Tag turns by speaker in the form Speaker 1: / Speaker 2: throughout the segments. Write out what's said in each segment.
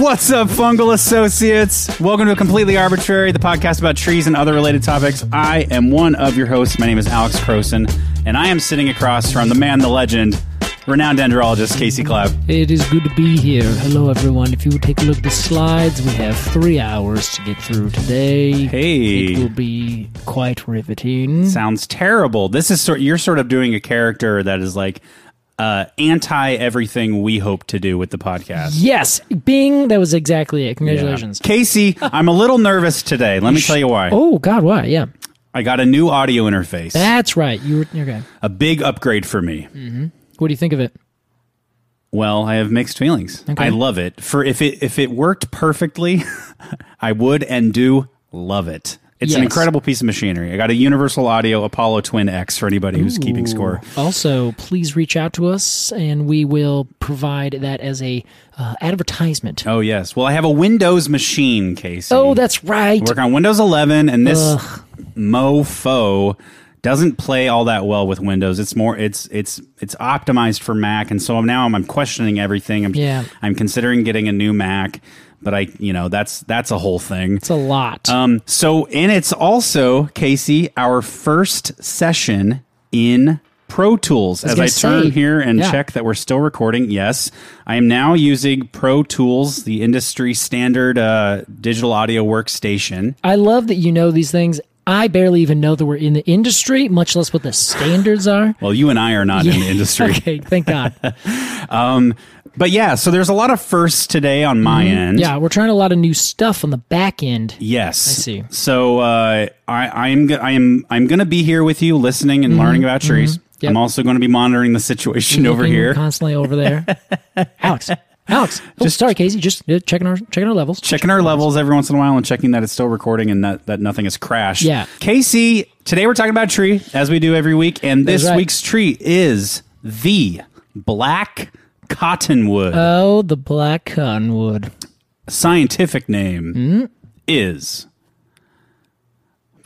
Speaker 1: What's up, fungal associates? Welcome to Completely Arbitrary, the podcast about trees and other related topics. I am one of your hosts. My name is Alex Croson, and I am sitting across from the man, the legend, renowned dendrologist Casey Cloud.
Speaker 2: It is good to be here. Hello, everyone. If you would take a look at the slides, we have three hours to get through today.
Speaker 1: Hey.
Speaker 2: It will be quite riveting.
Speaker 1: Sounds terrible. This is sort. You're sort of doing a character that is like uh, anti everything we hope to do with the podcast.
Speaker 2: yes, Bing. That was exactly it. Congratulations.
Speaker 1: Casey, I'm a little nervous today. Let me tell you why.
Speaker 2: Oh God, why? Yeah,
Speaker 1: I got a new audio interface,
Speaker 2: that's right. You were okay.
Speaker 1: a big upgrade for me.
Speaker 2: What do you think of it?
Speaker 1: Well, I have mixed feelings.
Speaker 2: Okay.
Speaker 1: I love it. For if it if it worked perfectly, I would and do love it. It's an
Speaker 2: Yes.
Speaker 1: incredible piece of machinery. I got a Universal Audio Apollo Twin X for anybody who's keeping score.
Speaker 2: Also, please reach out to us, and we will provide that as a uh, advertisement.
Speaker 1: Oh yes. Well, I have a Windows machine, Casey.
Speaker 2: Oh, that's right.
Speaker 1: Work on Windows 11, and this mofo doesn't play all that well with Windows. It's more it's it's it's optimized for Mac, and so I'm now I'm, I'm questioning everything. I'm
Speaker 2: Yeah.
Speaker 1: I'm considering getting a new Mac, but I you know that's that's a whole thing.
Speaker 2: It's a lot.
Speaker 1: Um, so, and it's also Casey, our first session in Pro Tools. As
Speaker 2: gonna
Speaker 1: I turn
Speaker 2: say,
Speaker 1: here and
Speaker 2: yeah.
Speaker 1: check that we're still recording, yes, I am now using Pro Tools, the industry standard uh, digital audio workstation.
Speaker 2: I love that you know these things. I barely even know that we're in the industry, much less what the standards are.
Speaker 1: Well, you and I are not in the industry,
Speaker 2: okay, thank God.
Speaker 1: but yeah. So there's a lot of firsts today on my end.
Speaker 2: Mm-hmm. Yeah, we're trying a lot of new stuff on the back end.
Speaker 1: Yes. I
Speaker 2: see.
Speaker 1: So uh, I, I'm go- I am I'm going to be here with you, listening and learning about trees.
Speaker 2: Mm-hmm. Yep.
Speaker 1: I'm also going to be monitoring the situation over
Speaker 2: Looking
Speaker 1: here.
Speaker 2: constantly over there. Alex, Alex, oh,
Speaker 1: Just-
Speaker 2: sorry, Casey, just uh, checking our checking our levels.
Speaker 1: checking our levels every once in a while and checking that it's still recording and that, that nothing has crashed.
Speaker 2: Yeah.
Speaker 1: Casey, today we're talking about tree as we do every week, and this
Speaker 2: right.
Speaker 1: week's tree is the black cottonwood.
Speaker 2: Oh, the black cottonwood.
Speaker 1: Scientific name
Speaker 2: Mm-hmm.
Speaker 1: is.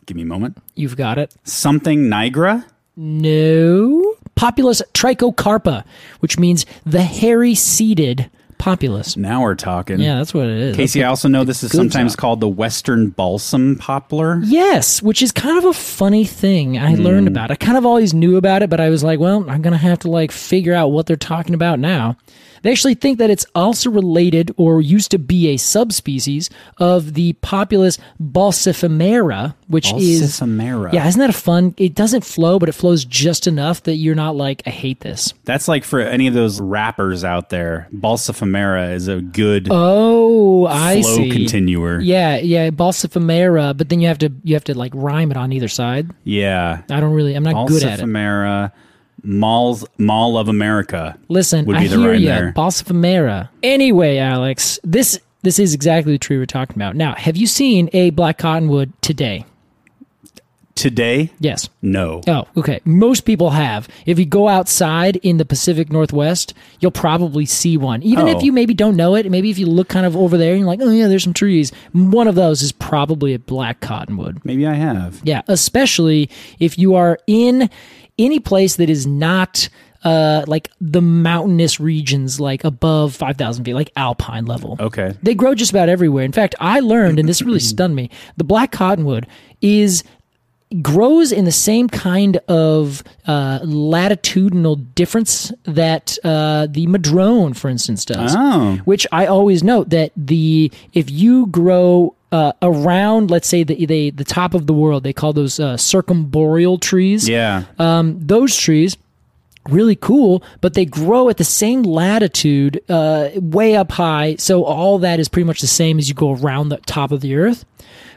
Speaker 1: Give me a moment.
Speaker 2: You've got it.
Speaker 1: Something nigra.
Speaker 2: No, populus trichocarpa, which means the hairy-seeded populus.
Speaker 1: Now we're talking.
Speaker 2: Yeah, that's what it is.
Speaker 1: Casey, I also know this is
Speaker 2: Good
Speaker 1: sometimes
Speaker 2: job.
Speaker 1: called the Western balsam poplar.
Speaker 2: Yes, which is kind of a funny thing I learned about. I kind of always knew about it, but I was like, well, I'm going to have to like figure out what they're talking about now. They actually think that it's also related or used to be a subspecies of the populous Balsifimera, which is
Speaker 1: Balsamera.
Speaker 2: Yeah, isn't that a fun? It doesn't flow, but it flows just enough that you're not like, I hate this.
Speaker 1: That's like for any of those rappers out there. Balsifimera is a good
Speaker 2: Oh, I
Speaker 1: flow
Speaker 2: see.
Speaker 1: continuer. Yeah.
Speaker 2: Yeah, yeah, Balsifimera, but then you have to you have to like rhyme it on either side. I don't really, I'm not good at it.
Speaker 1: Balsifimera, Malls, Mall of America.
Speaker 2: Listen,
Speaker 1: would
Speaker 2: I
Speaker 1: be the
Speaker 2: hear
Speaker 1: rhyme
Speaker 2: you,
Speaker 1: there.
Speaker 2: Balsifimera. Anyway, Alex, this this is exactly the tree we're talking about. Now, have you seen a black cottonwood today?
Speaker 1: Today,
Speaker 2: Yes.
Speaker 1: no.
Speaker 2: Oh, okay. Most people have. If you go outside in the Pacific Northwest, you'll probably see one. Even
Speaker 1: Oh.
Speaker 2: if you maybe don't know it, maybe if you look kind of over there and you're like, oh yeah, there's some trees. One of those is probably a black cottonwood.
Speaker 1: Maybe I have.
Speaker 2: Yeah, especially if you are in any place that is not uh, like the mountainous regions, like above 5,000 feet, like alpine level.
Speaker 1: Okay.
Speaker 2: They grow just about everywhere. In fact, I learned, and this really stunned me, the black cottonwood is grows in the same kind of uh, latitudinal difference that uh, the madrone, for instance, does.
Speaker 1: Oh.
Speaker 2: Which I always note that the if you grow uh, around, let's say the, the the top of the world, they call those uh, circumboreal trees um,
Speaker 1: Yeah.
Speaker 2: Uh, those trees really cool but they grow at the same latitude uh, way up high so all that is pretty much the same as you go around the top of the earth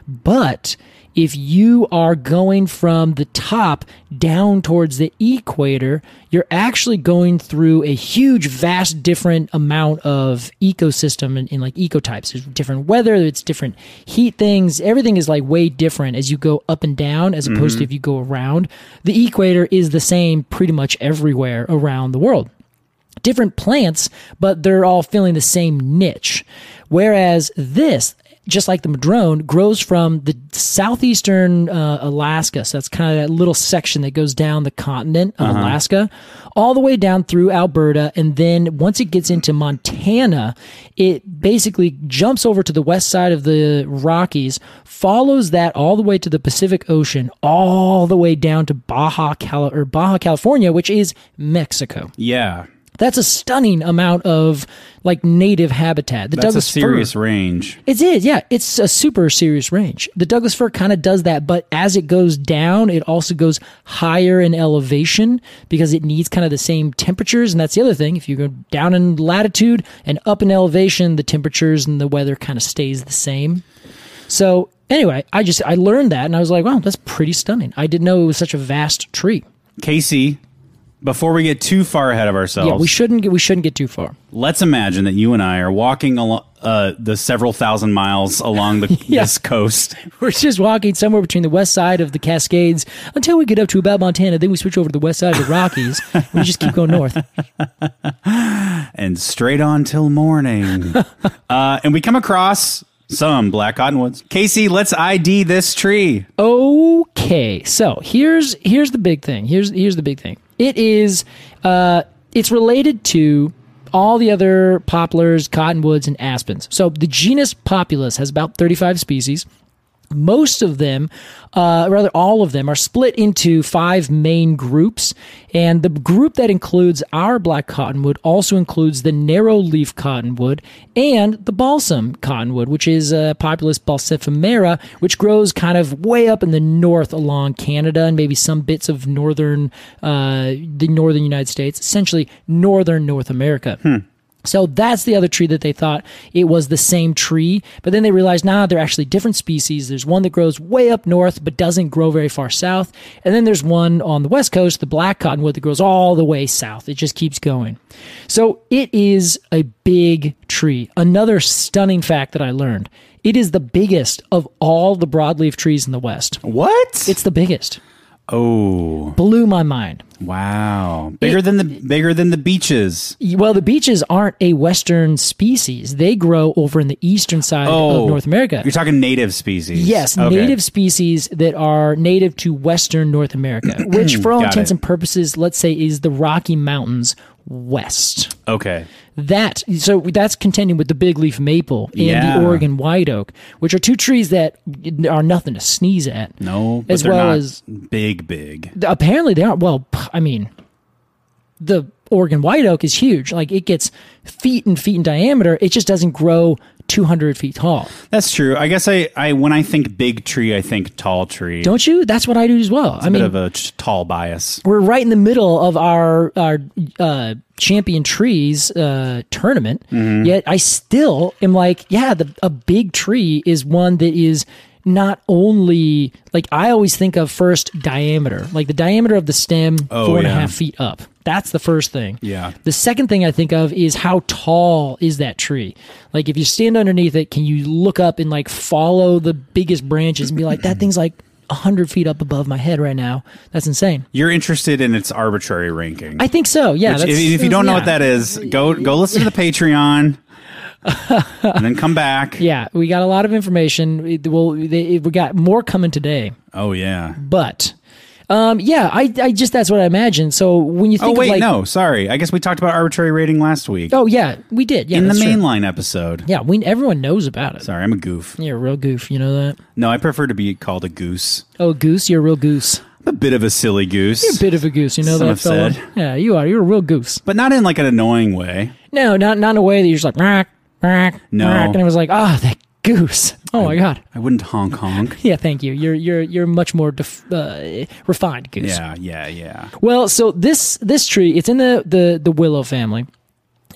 Speaker 2: but if you are going from the top down towards the equator you're actually going through a huge vast different amount of ecosystem and, and like ecotypes there's different weather it's different heat things everything is like way different as you go up and down as opposed to if you go around the equator is the same pretty much everywhere around the world different plants, but they're all filling the same niche. Whereas this just like the madrone, grows from the southeastern uh, Alaska. So that's kind of that little section that goes down the continent of Alaska, all the way down through Alberta, and then once it gets into Montana, it basically jumps over to the west side of the Rockies, follows that all the way to the Pacific Ocean, all the way down to Baja Cali- or Baja California, which is Mexico.
Speaker 1: Yeah.
Speaker 2: That's a stunning amount of like native habitat. The
Speaker 1: That's
Speaker 2: Douglas
Speaker 1: a
Speaker 2: fir-
Speaker 1: serious range.
Speaker 2: it is, yeah. It's a super serious range. The Douglas fir kind of does that, but as it goes down, it also goes higher in elevation because it needs kind of the same temperatures. And that's the other thing. If you go down in latitude and up in elevation, the temperatures and the weather kind of stays the same. So anyway, I just I learned that and I was like, wow, that's pretty stunning. I didn't know it was such a vast tree.
Speaker 1: Casey, before we get too far ahead of ourselves,
Speaker 2: Yeah, we shouldn't get we shouldn't get too far.
Speaker 1: let's imagine that you and I are walking along uh, the several thousand miles along the,
Speaker 2: Yeah.
Speaker 1: this coast.
Speaker 2: We're just walking somewhere between the west side of the Cascades until we get up to about Montana. Then we switch over to the west side of the Rockies. and we just keep going north.
Speaker 1: and straight on till morning. uh, and we come across some black cottonwoods. Casey, let's ID this tree.
Speaker 2: Okay, so here's here's the big thing. Here's here's the big thing. It is uh, it's related to all the other poplars, cottonwoods, and aspens. So the genus Populus has about 35 species. most of them, uh, rather all of them, are split into five main groups. And the group that includes our black cottonwood also includes the narrow leaf cottonwood and the balsam cottonwood, which is uh, Populus balsifimera, which grows kind of way up in the north along Canada and maybe some bits of northern, uh, the northern United States, essentially northern North America. So that's the other tree that they thought it was the same tree, but then they realized, nah, they're actually different species. There's one that grows way up north but doesn't grow very far south, and then there's one on the west coast, the black cottonwood, that grows all the way south. It just keeps going. So it is a big tree. Another stunning fact that I learned: it is the biggest of all the broadleaf trees in the west.
Speaker 1: What?
Speaker 2: It's the biggest.
Speaker 1: oh
Speaker 2: Blew my mind.
Speaker 1: wow! Bigger than the bigger than the beaches.
Speaker 2: Well, the beaches aren't a Western species. They grow over in the eastern side of North America.
Speaker 1: Oh, You're talking native species.
Speaker 2: Yes,
Speaker 1: Okay.
Speaker 2: native species that are native to Western North America, which, for all
Speaker 1: Got
Speaker 2: intents
Speaker 1: it.
Speaker 2: and purposes, let's say is the Rocky Mountains west.
Speaker 1: Okay.
Speaker 2: That so that's contending with the big leaf maple and
Speaker 1: Yeah.
Speaker 2: the Oregon white oak, which are two trees that are nothing to sneeze at.
Speaker 1: No, but
Speaker 2: As
Speaker 1: they're
Speaker 2: well
Speaker 1: not
Speaker 2: as-
Speaker 1: big, big.
Speaker 2: Apparently, they aren't. Well, p- I mean, the Oregon white oak is huge. Like it gets feet and feet in diameter. It just doesn't grow two hundred feet tall.
Speaker 1: That's true. I guess I, I when I think big tree, I think tall tree.
Speaker 2: Don't you? That's what I do as well. I
Speaker 1: Bit
Speaker 2: mean,
Speaker 1: of a ch- tall bias.
Speaker 2: we're right in the middle of our our uh, champion trees uh, tournament.
Speaker 1: Mm-hmm.
Speaker 2: Yet I still am like, yeah, the, a big tree is one that is not only like I always think of first diameter, like the diameter of the stem,
Speaker 1: Oh,
Speaker 2: four and a half
Speaker 1: yeah.
Speaker 2: feet up. That's the first thing.
Speaker 1: Yeah.
Speaker 2: The second thing I think of is how tall is that tree? Like if you stand underneath it, can you look up and like follow the biggest branches and be like, that thing's like hundred feet up above my head right now. That's insane.
Speaker 1: You're interested in its arbitrary ranking.
Speaker 2: I think so. Yeah.
Speaker 1: If,
Speaker 2: that's-
Speaker 1: if you don't know what
Speaker 2: yeah.
Speaker 1: that is, go go listen to the Patreon, and then come back.
Speaker 2: yeah, we got a lot of information. We- Well, they, we got more coming today,
Speaker 1: Oh yeah.
Speaker 2: but um, yeah, I, I just that's what I imagine. So when you
Speaker 1: Oh
Speaker 2: think
Speaker 1: wait,
Speaker 2: of like,
Speaker 1: no, sorry. I guess we talked about arbitrary rating last week
Speaker 2: oh yeah, we did. Yeah,
Speaker 1: in the
Speaker 2: that's true.
Speaker 1: mainline episode.
Speaker 2: Yeah, we everyone knows about it.
Speaker 1: Sorry, I'm a goof.
Speaker 2: You're a real goof. You know that?
Speaker 1: No, I prefer to be called a goose.
Speaker 2: Oh, goose. You're a real goose.
Speaker 1: I'm a bit of a silly goose,
Speaker 2: You're a bit of a goose. You know
Speaker 1: Some have
Speaker 2: that fella.
Speaker 1: said.
Speaker 2: Yeah, you are. You're a real goose.
Speaker 1: but not in like an annoying way.
Speaker 2: No, not not in a way that you're just like, "Meow, meow,
Speaker 1: No.
Speaker 2: meow," and it was like, ah, that goose. Oh my god.
Speaker 1: I wouldn't honk honk.
Speaker 2: Yeah, thank you. You're you're you're much more def- uh, refined goose.
Speaker 1: yeah, yeah, yeah.
Speaker 2: Well, so this this tree, it's in the the the willow family.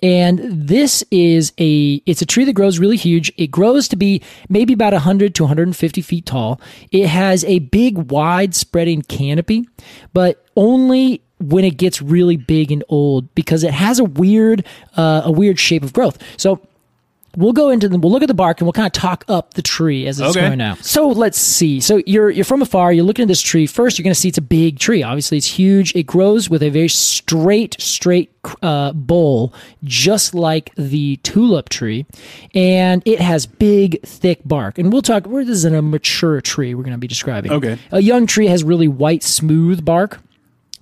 Speaker 2: And this is a it's a tree that grows really huge. It grows to be maybe about 100 to 150 feet tall. It has a big wide spreading canopy, but only when it gets really big and old because it has a weird uh, a weird shape of growth. So We'll go into them. We'll look at the bark and we'll kind of talk up the tree as it's
Speaker 1: Okay.
Speaker 2: going out. So let's see. So you're you're from afar. You're looking at this tree. First, you're going to see it's a big tree. Obviously, it's huge. It grows with a very straight, straight uh, bowl, just like the tulip tree, and it has big, thick bark. And we'll talk. This is a mature tree. We're going to be describing.
Speaker 1: Okay.
Speaker 2: A young tree has really white, smooth bark.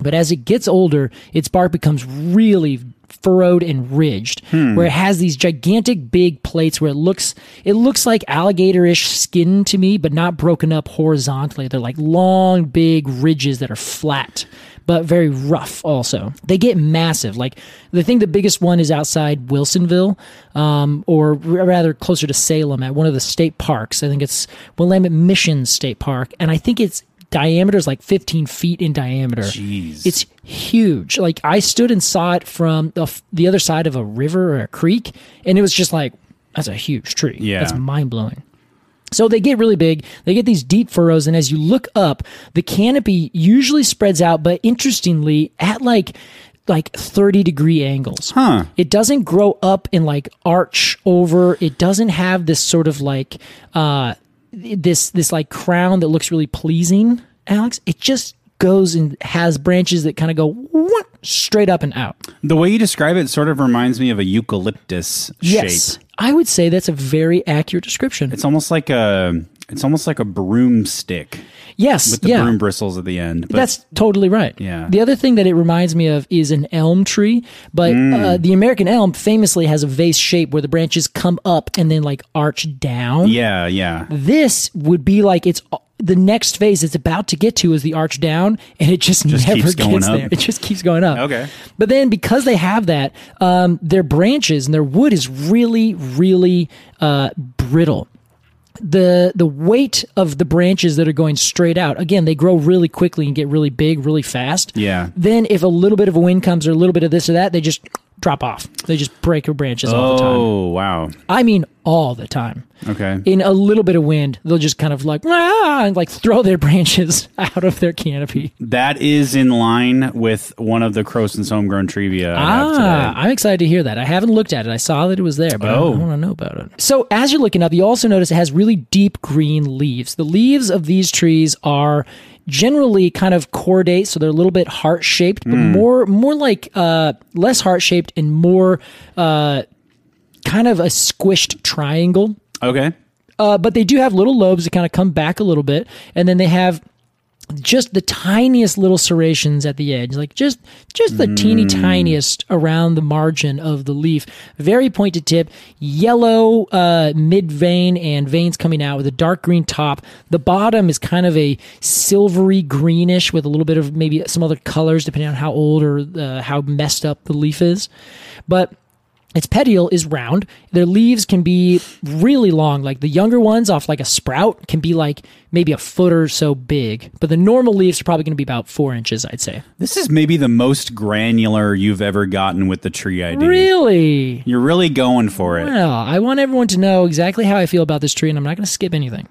Speaker 2: But as it gets older, its bark becomes really furrowed and ridged, where it has these gigantic big plates where it looks it looks like alligator-ish skin to me, but not broken up horizontally. They're like long, big ridges that are flat, but very rough also. They get massive. Like the thing the biggest one is outside Wilsonville, um, or r- rather closer to Salem at one of the state parks. I think it's Willamette Mission State Park, and I think it's diameter is like 15 feet in diameter.
Speaker 1: Jeez.
Speaker 2: It's huge. Like I stood and saw it from the, f- the other side of a river or a creek, and it was just like, that's a huge tree.
Speaker 1: Yeah.
Speaker 2: That's mind blowing. So they get really big. They get these deep furrows, and as you look up, the canopy usually spreads out, but interestingly, at like like 30 degree angles.
Speaker 1: Huh.
Speaker 2: It doesn't grow up and like arch over. It doesn't have this sort of like uh this this like crown that looks really pleasing, Alex. It just goes and has branches that kind of go whoop, straight up and out.
Speaker 1: The way you describe it sort of reminds me of a eucalyptus
Speaker 2: Yes.
Speaker 1: shape.
Speaker 2: I would say that's a very accurate description.
Speaker 1: It's almost like a it's almost like a broomstick
Speaker 2: yes.
Speaker 1: with the
Speaker 2: yeah.
Speaker 1: broom bristles at the end. But
Speaker 2: That's totally right.
Speaker 1: Yeah.
Speaker 2: The other thing that it reminds me of is an elm tree, but
Speaker 1: Mm.
Speaker 2: uh, the American elm famously has a vase shape where the branches come up and then like arch down.
Speaker 1: yeah, yeah.
Speaker 2: This would be like it's the next phase it's about to get to is the arch down, and it just, never
Speaker 1: keeps going
Speaker 2: gets
Speaker 1: up.
Speaker 2: there. It just keeps going up.
Speaker 1: Okay.
Speaker 2: But then because they have that, um, their branches and their wood is really, really uh, brittle the the weight of the branches that are going straight out again they grow really quickly and get really big really fast
Speaker 1: Yeah.
Speaker 2: then if a little bit of a wind comes or a little bit of this or that they just drop off they just break your branches all the time
Speaker 1: Oh wow.
Speaker 2: i mean all the time
Speaker 1: Okay.
Speaker 2: in a little bit of wind they'll just kind of like "Wah!" and like throw their branches out of their canopy
Speaker 1: that is in line with one of the Croson's homegrown trivia. I have
Speaker 2: Ah,
Speaker 1: today.
Speaker 2: I'm excited to hear that. I haven't looked at it. I saw that it was there, but I-
Speaker 1: Oh.
Speaker 2: I want to know about it. So, as you're looking up, you also notice it has really deep green leaves. The leaves of these trees are generally kind of chordate, so they're a little bit heart shaped, but more more like uh, less heart shaped and more uh, kind of a squished triangle.
Speaker 1: Okay.
Speaker 2: Uh, but they do have little lobes that kind of come back a little bit, and then they have just the tiniest little serrations at the edge, like just just the teeny tiniest around the margin of the leaf. Very pointed tip, yellow uh, mid vein and veins coming out with a dark green top. The bottom is kind of a silvery greenish with a little bit of maybe some other colors depending on how old or uh, how messed up the leaf is, but. Its petiole is round. Their leaves can be really long. Like the younger ones off like a sprout can be like maybe a foot or so big. But the normal leaves are probably going to be about four inches, I'd say.
Speaker 1: This is maybe the most granular you've ever gotten with the tree ID.
Speaker 2: Really?
Speaker 1: You're really going for it.
Speaker 2: Well, I want everyone to know exactly how I feel about this tree, and I'm not going to skip anything.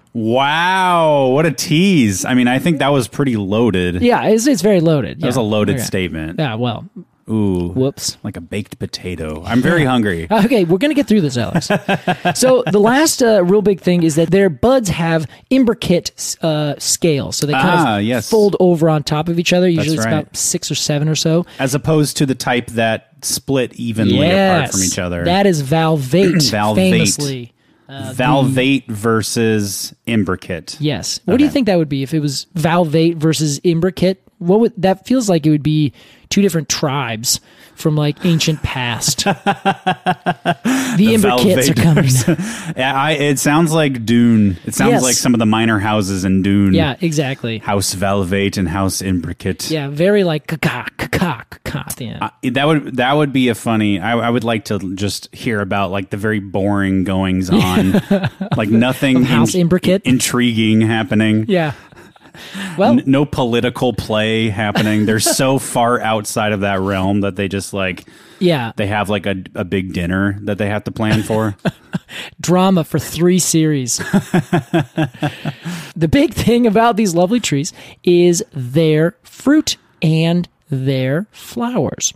Speaker 1: Wow, what a tease. I mean, I think that was pretty loaded.
Speaker 2: Yeah, it's, it's very loaded.
Speaker 1: That was a loaded
Speaker 2: okay.
Speaker 1: statement.
Speaker 2: Yeah, well,
Speaker 1: Ooh.
Speaker 2: whoops.
Speaker 1: Like a baked potato. I'm very hungry.
Speaker 2: Okay, we're going to get through this, Alex. so the last uh, real big thing is that their buds have imbricate uh, scales. So they kind
Speaker 1: Ah,
Speaker 2: of
Speaker 1: yes.
Speaker 2: fold over on top of each other. Usually it's
Speaker 1: right.
Speaker 2: about six or seven or so.
Speaker 1: As opposed to the type that split evenly apart from each other.
Speaker 2: That is valvate,
Speaker 1: Valvate.
Speaker 2: famously.
Speaker 1: Valvate versus imbricate.
Speaker 2: Yes. What do you think that would be if it was valvate versus imbricate? What would that feels like? It would be two different tribes from like ancient past. the, imbricates are coming.
Speaker 1: Yeah, I, it sounds like Dune. It sounds
Speaker 2: Yes.
Speaker 1: like some of the minor houses in Dune.
Speaker 2: yeah, exactly.
Speaker 1: House Valvate and House Imbricate.
Speaker 2: Yeah, very like caca, caca, caca at the end.
Speaker 1: That would that would be a funny. I, I would like to just hear about like the very boring goings on, like nothing
Speaker 2: House Imbricate?
Speaker 1: intriguing happening.
Speaker 2: yeah. Well,
Speaker 1: N- no political play happening. They're so far outside of that realm that they just like
Speaker 2: yeah.
Speaker 1: they have like a, a big dinner that they have to plan for.
Speaker 2: drama for three series. the big thing about these lovely trees is their fruit and their flowers.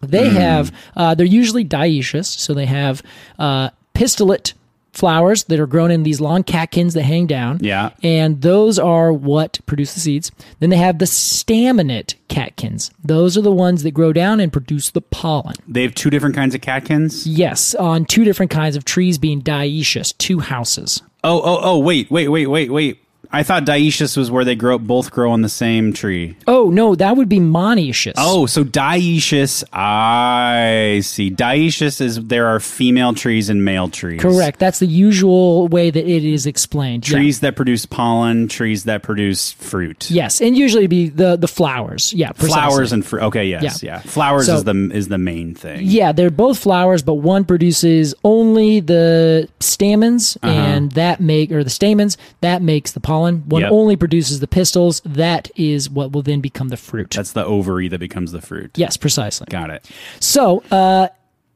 Speaker 2: They have, uh, they're usually dioecious, so they have uh, pistillate flowers that are grown in these long catkins that hang down.
Speaker 1: Yeah.
Speaker 2: And those are what produce the seeds. Then they have the staminate catkins. Those are the ones that grow down and produce the pollen.
Speaker 1: They have two different kinds of catkins.
Speaker 2: Yes, on two different kinds of trees being dioecious, two houses.
Speaker 1: Oh, oh, oh, wait, wait, wait, wait, wait. I thought dioecious was where they grow both grow on the same tree.
Speaker 2: Oh no, that would be monoecious.
Speaker 1: Oh, so dioecious. I see. Dioecious is there are female trees and male trees.
Speaker 2: Correct. That's the usual way that it is explained. Yeah.
Speaker 1: Trees that produce pollen, trees that produce fruit.
Speaker 2: Yes, and usually it'd be the the flowers. Yeah, precisely.
Speaker 1: Flowers and fruit. Okay, yes,
Speaker 2: Yeah.
Speaker 1: yeah. Flowers
Speaker 2: So-
Speaker 1: is the is the main thing.
Speaker 2: Yeah, they're both flowers, but one produces only the stamens,
Speaker 1: Uh-huh.
Speaker 2: and that make or the stamens that makes the pollen. One
Speaker 1: Yep.
Speaker 2: only produces the pistils. That is what will then become the fruit.
Speaker 1: That's the ovary that becomes the fruit.
Speaker 2: yes, precisely.
Speaker 1: Got it.
Speaker 2: So uh,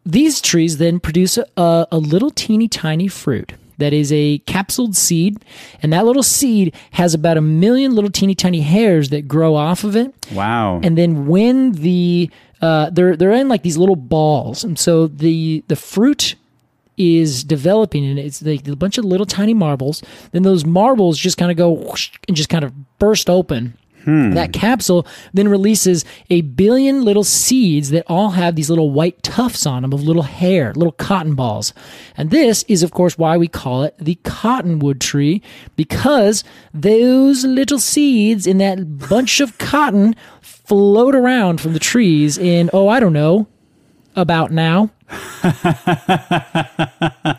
Speaker 2: these trees then produce a, a little teeny tiny fruit that is a capsuled seed, and that little seed has about a million little teeny tiny hairs that grow off of it
Speaker 1: Wow.
Speaker 2: and then when the uh, they're they're in like these little balls, and so the the fruit is developing, and it's like a bunch of little tiny marbles. Then those marbles just kind of go whoosh and just kind of burst open.
Speaker 1: Hmm.
Speaker 2: That capsule then releases a billion little seeds that all have these little white tufts on them of little hair, little cotton balls. And this is, of course, why we call it the cottonwood tree, because those little seeds in that bunch of cotton float around from the trees in, oh, I don't know, about now.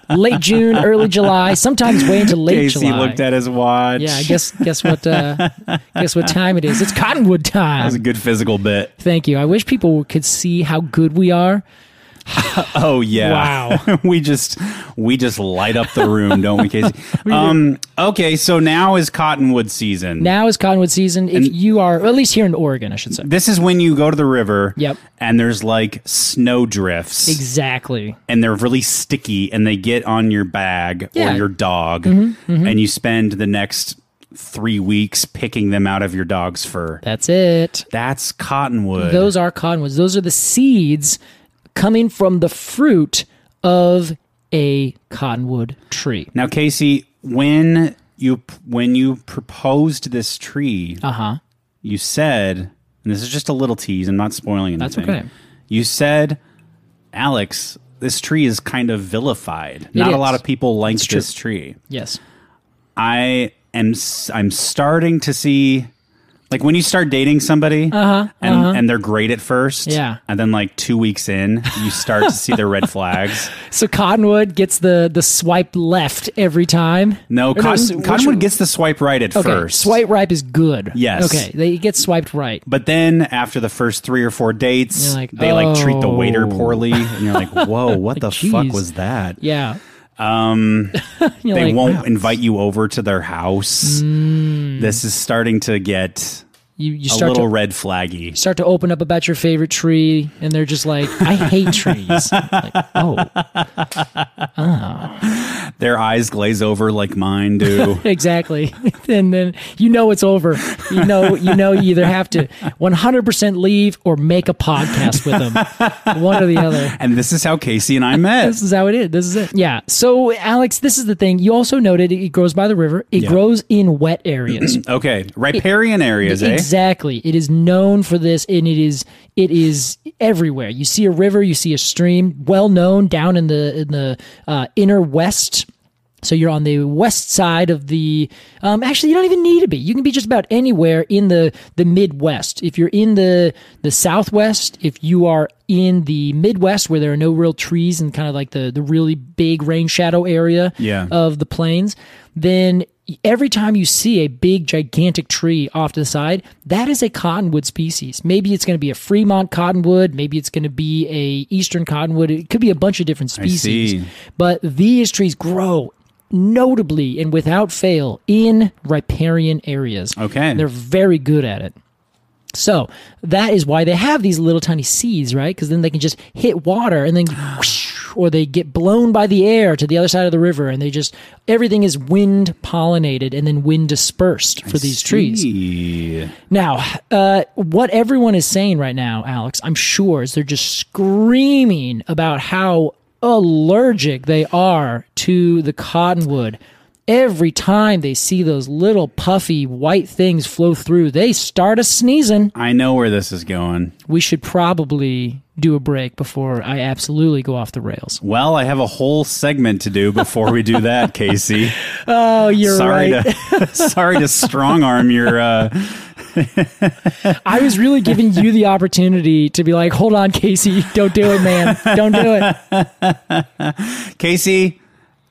Speaker 2: late June, early July, sometimes way into late
Speaker 1: Casey
Speaker 2: July.
Speaker 1: looked at his watch.
Speaker 2: Yeah, I guess guess what uh, guess what time it is. It's cottonwood
Speaker 1: That was a
Speaker 2: time.
Speaker 1: good physical bit.
Speaker 2: Thank you. I wish people could see how good we are.
Speaker 1: Oh yeah.
Speaker 2: Wow.
Speaker 1: we just we just light up the room, don't we, Casey? um okay, so now is cottonwood season.
Speaker 2: Now is cottonwood season. If you are, or at least here in Oregon, I should say.
Speaker 1: this is when you go to the river
Speaker 2: Yep.
Speaker 1: and there's like snow drifts
Speaker 2: Exactly.
Speaker 1: and they're really sticky and they get on your bag
Speaker 2: Yeah. Mm-hmm,
Speaker 1: or your dog and you spend the next three weeks picking them out of your dog's fur.
Speaker 2: That's it.
Speaker 1: That's cottonwood.
Speaker 2: Those are cottonwoods. Those are the seeds coming from the fruit of a cottonwood tree.
Speaker 1: now, Casey, when you when you proposed this tree,
Speaker 2: Uh huh.
Speaker 1: you said, and this is just a little tease, I'm not spoiling anything.
Speaker 2: That's okay.
Speaker 1: You said, Alex, this tree is kind of vilified. not
Speaker 2: is.
Speaker 1: a lot of people like this tree.
Speaker 2: Yes.
Speaker 1: I am s- I'm starting to see like when you start dating somebody and and they're great at first,
Speaker 2: Uh-huh, Yeah.
Speaker 1: and then like two weeks in, you start to see their red flags.
Speaker 2: So cottonwood gets the the swipe left every time.
Speaker 1: No,
Speaker 2: Or s-
Speaker 1: cotton,
Speaker 2: which
Speaker 1: cottonwood
Speaker 2: one-
Speaker 1: gets the swipe right at
Speaker 2: Okay,
Speaker 1: first.
Speaker 2: Swipe right is good.
Speaker 1: Yes.
Speaker 2: Okay, they get swiped right.
Speaker 1: But then after the first three or four dates,
Speaker 2: You're like,
Speaker 1: they like treat the waiter
Speaker 2: "Oh."
Speaker 1: poorly, and you're like, "Whoa, what the fuck
Speaker 2: "Geez."
Speaker 1: was that?"
Speaker 2: Yeah. Um,
Speaker 1: they won't invite you over to their house. This is starting to get
Speaker 2: You, you
Speaker 1: a
Speaker 2: Mm. start
Speaker 1: little
Speaker 2: to
Speaker 1: red flaggy.
Speaker 2: start to open up about your favorite tree, and they're just like, "I hate trees." like, oh,
Speaker 1: Their eyes glaze over like mine do.
Speaker 2: exactly. and then you know it's over. You know, you know, you either have to 100% leave or make a podcast with them, one or the other.
Speaker 1: and this is how Casey and I met.
Speaker 2: This is how it is. This is it. Yeah. So, Alex, this is the thing. You also noted it grows by the river. It grows in wet areas.
Speaker 1: Okay, riparian areas, eh?
Speaker 2: Exactly. It is known for this and it is it is everywhere. You see a river, you see a stream, well known down in the in the uh, inner west. So you're on the west side of the um, actually you don't even need to be. You can be just about anywhere in the the Midwest. If you're in the the southwest, if you are in the Midwest where there are no real trees and kind of like the the really big rain shadow area
Speaker 1: Yeah.
Speaker 2: of the plains, then every time you see a big gigantic tree off to the side, that is a cottonwood species. Maybe it's going to be a Fremont cottonwood, maybe it's going to be a eastern cottonwood. It could be a bunch of different
Speaker 1: see.
Speaker 2: species. But these trees grow notably and without fail in riparian areas.
Speaker 1: Okay.
Speaker 2: They're very good at it. So that is why they have these little tiny seeds, right? Because then they can just hit water and then, whoosh, or they get blown by the air to the other side of the river, and they just everything is wind pollinated and then wind dispersed for these trees.
Speaker 1: trees.
Speaker 2: Now, uh, what everyone is saying right now, Alex, I'm sure, is they're just screaming about how allergic they are to the cottonwood. Every time they see those little puffy white things flow through, they start a sneezing.
Speaker 1: I know where this is going.
Speaker 2: We should probably do a break before I absolutely go off the rails.
Speaker 1: Well, I have a whole segment to do before we do that, Casey.
Speaker 2: Oh, you're
Speaker 1: sorry
Speaker 2: right.
Speaker 1: to sorry to strong arm your uh,
Speaker 2: I was really giving you the opportunity to be like, hold on, Casey, don't do it, man. Don't do it.
Speaker 1: Casey.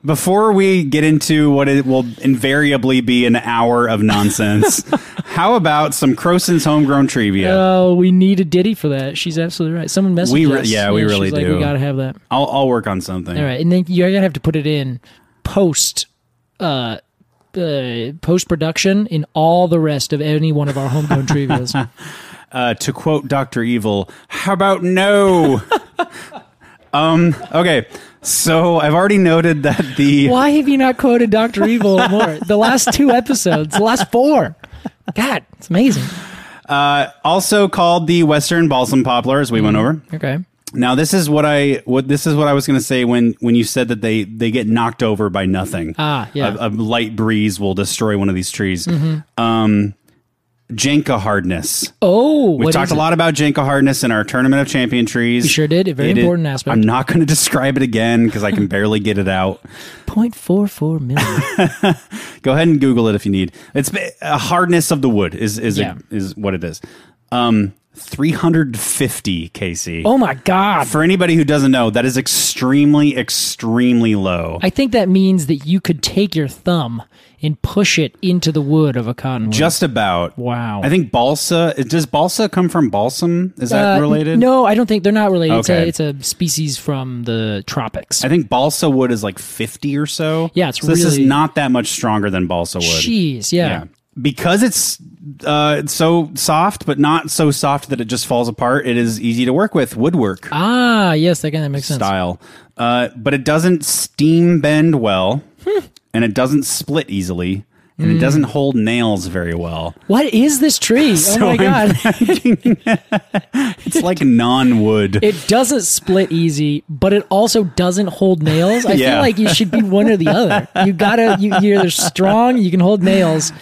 Speaker 1: Before we get into what it will invariably be an hour of nonsense, how about some Croson's homegrown trivia?
Speaker 2: Oh, we need a ditty for that. She's absolutely right. Someone messaged
Speaker 1: We re-
Speaker 2: us.
Speaker 1: yeah, we really
Speaker 2: she's like,
Speaker 1: do.
Speaker 2: we gotta have that.
Speaker 1: I'll, I'll work on something.
Speaker 2: All right, and then you're gonna have to put it in post, uh, uh post production in all the rest of any one of our homegrown trivia's.
Speaker 1: Uh, to quote Doctor Evil, how about no? um. Okay. So I've already noted that the
Speaker 2: Why have you not quoted Doctor Evil more? The last two episodes, the last four. God, it's amazing.
Speaker 1: also called the Western balsam poplar, as we went
Speaker 2: Mm-hmm.
Speaker 1: over.
Speaker 2: Okay.
Speaker 1: Now this is what I what this is what I was going to say when when you said that they they get knocked over by nothing.
Speaker 2: Ah, yeah. Mm-hmm.
Speaker 1: A, a light breeze will destroy one of these trees. Um, Jenka hardness.
Speaker 2: Oh,
Speaker 1: We talked a lot about Jenka hardness in our tournament of champion trees. We
Speaker 2: sure did. A very important aspect.
Speaker 1: I'm not going to describe it again because I can barely get it out.
Speaker 2: Point four four million.
Speaker 1: Go ahead and Google it if you need. It's a hardness of the wood is is
Speaker 2: Yeah.
Speaker 1: is what it is. Um, 350 Casey.
Speaker 2: oh my God.
Speaker 1: For anybody who doesn't know, that is extremely, extremely low.
Speaker 2: I think that means that you could take your thumb and push it into the wood of a cottonwood.
Speaker 1: Just about.
Speaker 2: Wow.
Speaker 1: I think balsa. Does balsa come from balsam? Is that
Speaker 2: Uh,
Speaker 1: related?
Speaker 2: No, I don't think they're not related.
Speaker 1: Okay.
Speaker 2: It's, a, it's a species from the tropics.
Speaker 1: I think balsa wood is like 50 or so.
Speaker 2: Yeah, it's
Speaker 1: so This is
Speaker 2: really-
Speaker 1: not that much stronger than balsa wood.
Speaker 2: Jeez, yeah.
Speaker 1: Yeah. Because it's uh, it's so soft, but not so soft that it just falls apart, it is easy to work with. Woodwork
Speaker 2: Ah, yes, that kind of makes sense.
Speaker 1: style. Uh, but it doesn't steam bend well,
Speaker 2: Hmm.
Speaker 1: and it doesn't split easily, and it doesn't hold nails very well.
Speaker 2: What is this tree? oh my
Speaker 1: I'm
Speaker 2: god.
Speaker 1: thinking- it's like non wood.
Speaker 2: It doesn't split easy, but it also doesn't hold nails. I
Speaker 1: Yeah.
Speaker 2: feel like you should be one or the other. You gotta, you, you're either strong, you can hold nails,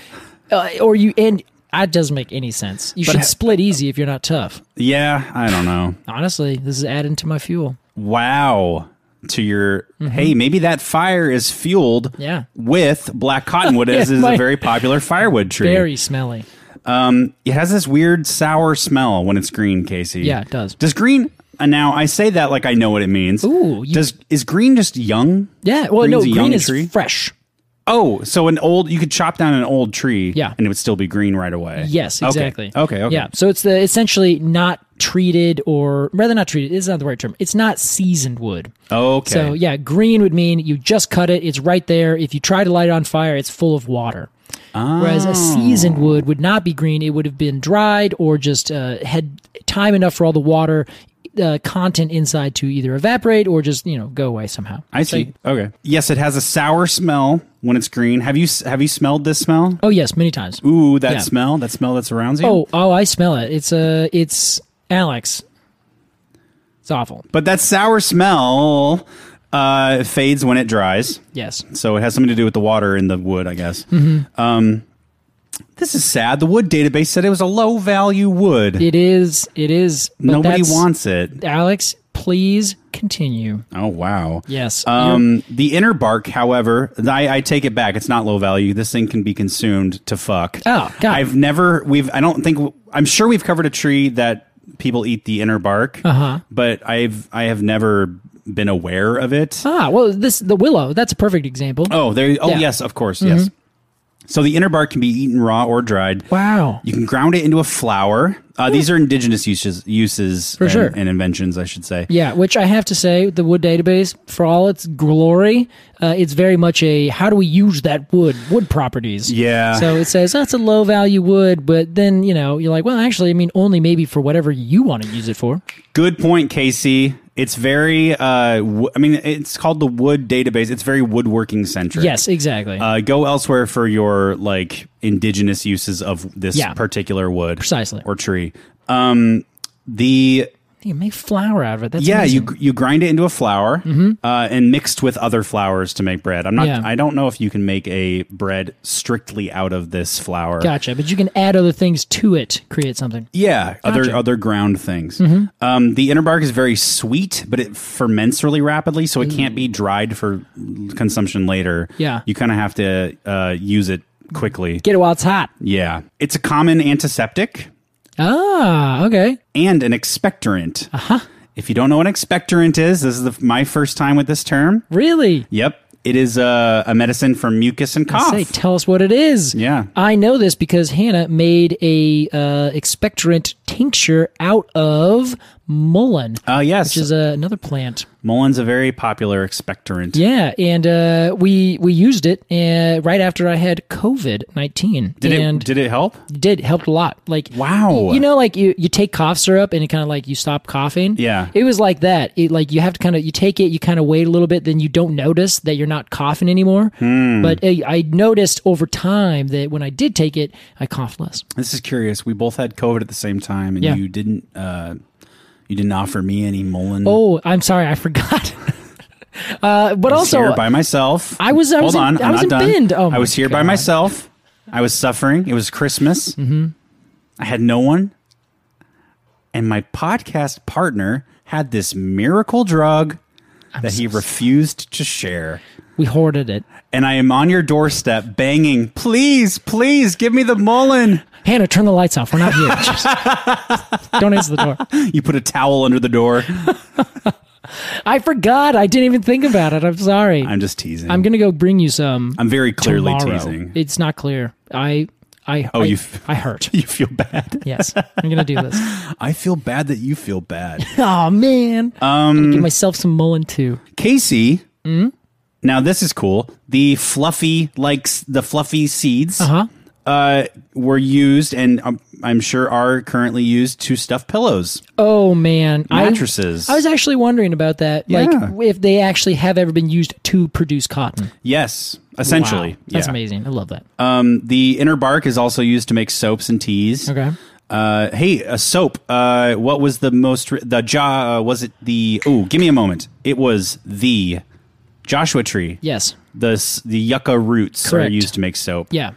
Speaker 2: uh, or you, and that doesn't make any sense. You should split easy if you're not tough.
Speaker 1: Yeah, I don't know.
Speaker 2: Honestly, this is adding to my fuel.
Speaker 1: Wow. To your hey, maybe that fire is fueled
Speaker 2: Mm-hmm. Yeah.
Speaker 1: with black cottonwood, as
Speaker 2: Yeah,
Speaker 1: is a
Speaker 2: my-
Speaker 1: very popular firewood tree.
Speaker 2: Very smelly.
Speaker 1: Um, it has this weird sour smell when it's green, Casey.
Speaker 2: Yeah, it does.
Speaker 1: Does green? And now I say that like I know what it means.
Speaker 2: Ooh, you-
Speaker 1: does is green just young?
Speaker 2: Yeah. Well,
Speaker 1: Green's
Speaker 2: no,
Speaker 1: a young
Speaker 2: green is
Speaker 1: tree?
Speaker 2: fresh.
Speaker 1: Oh, so an old you could chop down an old tree,
Speaker 2: Yeah.
Speaker 1: and it would still be green right away.
Speaker 2: Yes,
Speaker 1: Okay.
Speaker 2: exactly.
Speaker 1: Okay, okay.
Speaker 2: Yeah. So it's the essentially not treated or rather not treated. It's not the right term. It's not seasoned wood.
Speaker 1: Okay.
Speaker 2: So yeah, green would mean you just cut it. It's right there. If you try to light it on fire, it's full of water. Whereas
Speaker 1: Oh.
Speaker 2: a seasoned wood would not be green. It would have been dried or just uh, had time enough for all the water uh, content inside to either evaporate or just you know go away somehow.
Speaker 1: I see. okay. Yes, it has a sour smell when it's green. Have you have you smelled this smell?
Speaker 2: Oh yes, many times.
Speaker 1: Ooh, that
Speaker 2: Yeah.
Speaker 1: smell! That smell that surrounds you.
Speaker 2: Oh oh, I smell it. It's uh, it's Alex. It's awful.
Speaker 1: But that sour smell uh, fades when it dries,
Speaker 2: Yes.
Speaker 1: so it has something to do with the water in the wood, I guess.
Speaker 2: Mm-hmm.
Speaker 1: Um, this is sad. The wood database said it was a low value wood.
Speaker 2: It is. It is. But
Speaker 1: Nobody
Speaker 2: that's-
Speaker 1: wants it.
Speaker 2: Alex, please continue.
Speaker 1: Oh wow.
Speaker 2: Yes.
Speaker 1: Um, the inner bark, however, I, I take it back. It's not low value. This thing can be consumed to fuck.
Speaker 2: Oh, God.
Speaker 1: I've never. We've. I don't think. I'm sure we've covered a tree that people eat the inner bark.
Speaker 2: Uh-huh.
Speaker 1: But I've. I have never been aware of it.
Speaker 2: ah, well, this the willow. That's a perfect example.
Speaker 1: Oh, there. Oh,
Speaker 2: Yeah. Mm-hmm.
Speaker 1: yes, of course, yes. So the inner bark can be eaten raw or dried.
Speaker 2: Wow.
Speaker 1: You can ground it into a flour. Uh, these are indigenous uses, uses and,
Speaker 2: Hmm. sure.
Speaker 1: and inventions, I should say.
Speaker 2: Yeah, which I have to say, the wood database, for all its glory, uh, it's very much a how do we use that wood, wood properties.
Speaker 1: Yeah.
Speaker 2: So it says that's a low value wood, but then, you know, you're like, well, actually, I mean, only maybe for whatever you want to use it for.
Speaker 1: Good point, Casey. It's very. Uh, w- I mean, it's called the Wood Database. It's very woodworking centric.
Speaker 2: Yes, exactly.
Speaker 1: Uh, go elsewhere for your like indigenous uses of this
Speaker 2: Yeah.
Speaker 1: particular wood,
Speaker 2: Precisely.
Speaker 1: or tree. Um, the
Speaker 2: You make flour out of it. That's
Speaker 1: yeah,
Speaker 2: amazing. Mm-hmm.
Speaker 1: you you grind it into a flour uh, and mixed with other flours to make bread. I'm not.
Speaker 2: Yeah.
Speaker 1: I don't know if you can make a bread strictly out of this flour.
Speaker 2: Gotcha, but you can add other things to it, create something.
Speaker 1: Yeah, other
Speaker 2: Gotcha. Mm-hmm.
Speaker 1: other ground things. Um, the inner bark is very sweet, but it ferments really rapidly, so it can't be dried for consumption later.
Speaker 2: Mm. Yeah.
Speaker 1: you kind of have to uh, use it quickly.
Speaker 2: Get it while it's hot.
Speaker 1: Yeah, it's a common antiseptic
Speaker 2: Ah, okay.
Speaker 1: and an expectorant. Uh
Speaker 2: Uh-huh.
Speaker 1: huh. If you don't know what an expectorant is, this is the, my first time with this term.
Speaker 2: Really?
Speaker 1: Yep. It is a, a medicine for mucus and cough.
Speaker 2: Say, tell us what it is.
Speaker 1: Yeah.
Speaker 2: I know this because Hannah made a uh, expectorant tincture out of mullein,
Speaker 1: Oh, yes.
Speaker 2: which is uh, another plant.
Speaker 1: Mullen's a very popular expectorant.
Speaker 2: Yeah, and uh, we we used it uh, right after I had COVID nineteen,
Speaker 1: Did,
Speaker 2: and
Speaker 1: it, did it help?
Speaker 2: did helped a lot. Like
Speaker 1: Wow.
Speaker 2: you know, like you you take cough syrup and it kind of like you stop coughing.
Speaker 1: Yeah.
Speaker 2: it was like that. It like you have to kind of you take it, you kind of wait a little bit, then you don't notice that you're not coughing anymore.
Speaker 1: Hmm.
Speaker 2: But I, I noticed over time that when I did take it, I coughed less.
Speaker 1: This is curious. We both had COVID at the same time, and
Speaker 2: Yeah.
Speaker 1: you didn't. Uh, you didn't offer me any Mullen.
Speaker 2: Oh, I'm sorry, I forgot. uh, but
Speaker 1: I was here
Speaker 2: also,
Speaker 1: by myself.
Speaker 2: I was- I
Speaker 1: Hold
Speaker 2: was in-
Speaker 1: on,
Speaker 2: I
Speaker 1: I'm not
Speaker 2: was in
Speaker 1: done.
Speaker 2: Bend. Oh
Speaker 1: I was
Speaker 2: my
Speaker 1: here by
Speaker 2: God.
Speaker 1: myself. I was suffering. It was Christmas. Mm-hmm. I had no one, and my podcast partner had this miracle drug that he refused to share.
Speaker 2: we hoarded it.
Speaker 1: and I am on your doorstep banging, please, please give me the Mullen.
Speaker 2: Hannah, turn the lights off. We're not here. Just- don't answer the door.
Speaker 1: You put a towel under the door.
Speaker 2: I forgot. I didn't even think about it. I'm sorry. I'm,
Speaker 1: I'm just teasing.
Speaker 2: gonna go bring you some.
Speaker 1: I'm very clearly
Speaker 2: tomorrow.
Speaker 1: teasing.
Speaker 2: It's not clear. I I oh I,
Speaker 1: you f-
Speaker 2: I hurt.
Speaker 1: you feel bad.
Speaker 2: Yes, I'm gonna do this.
Speaker 1: I feel bad that you feel bad.
Speaker 2: Oh man, um, gonna give myself some mullen too.
Speaker 1: Casey.
Speaker 2: Hmm?
Speaker 1: Now this is cool. The fluffy, like s- the fluffy seeds,
Speaker 2: Uh-huh.
Speaker 1: uh, were used and um, I'm sure are currently used to stuff pillows,
Speaker 2: Oh man, I-
Speaker 1: mattresses.
Speaker 2: I, was actually wondering about that.
Speaker 1: Yeah.
Speaker 2: Like if they actually have ever been used to produce cotton.
Speaker 1: yes, essentially.
Speaker 2: Wow. that's
Speaker 1: yeah.
Speaker 2: amazing. I love that.
Speaker 1: Um, the inner bark is also used to make soaps and teas.
Speaker 2: okay,
Speaker 1: Uh, hey, a soap. Uh, what was the most re- the ja? Uh, was it the? Oh, give me a moment. It was the Joshua tree.
Speaker 2: yes,
Speaker 1: The s- the yucca roots are
Speaker 2: Correct.
Speaker 1: used to make soap.
Speaker 2: yeah,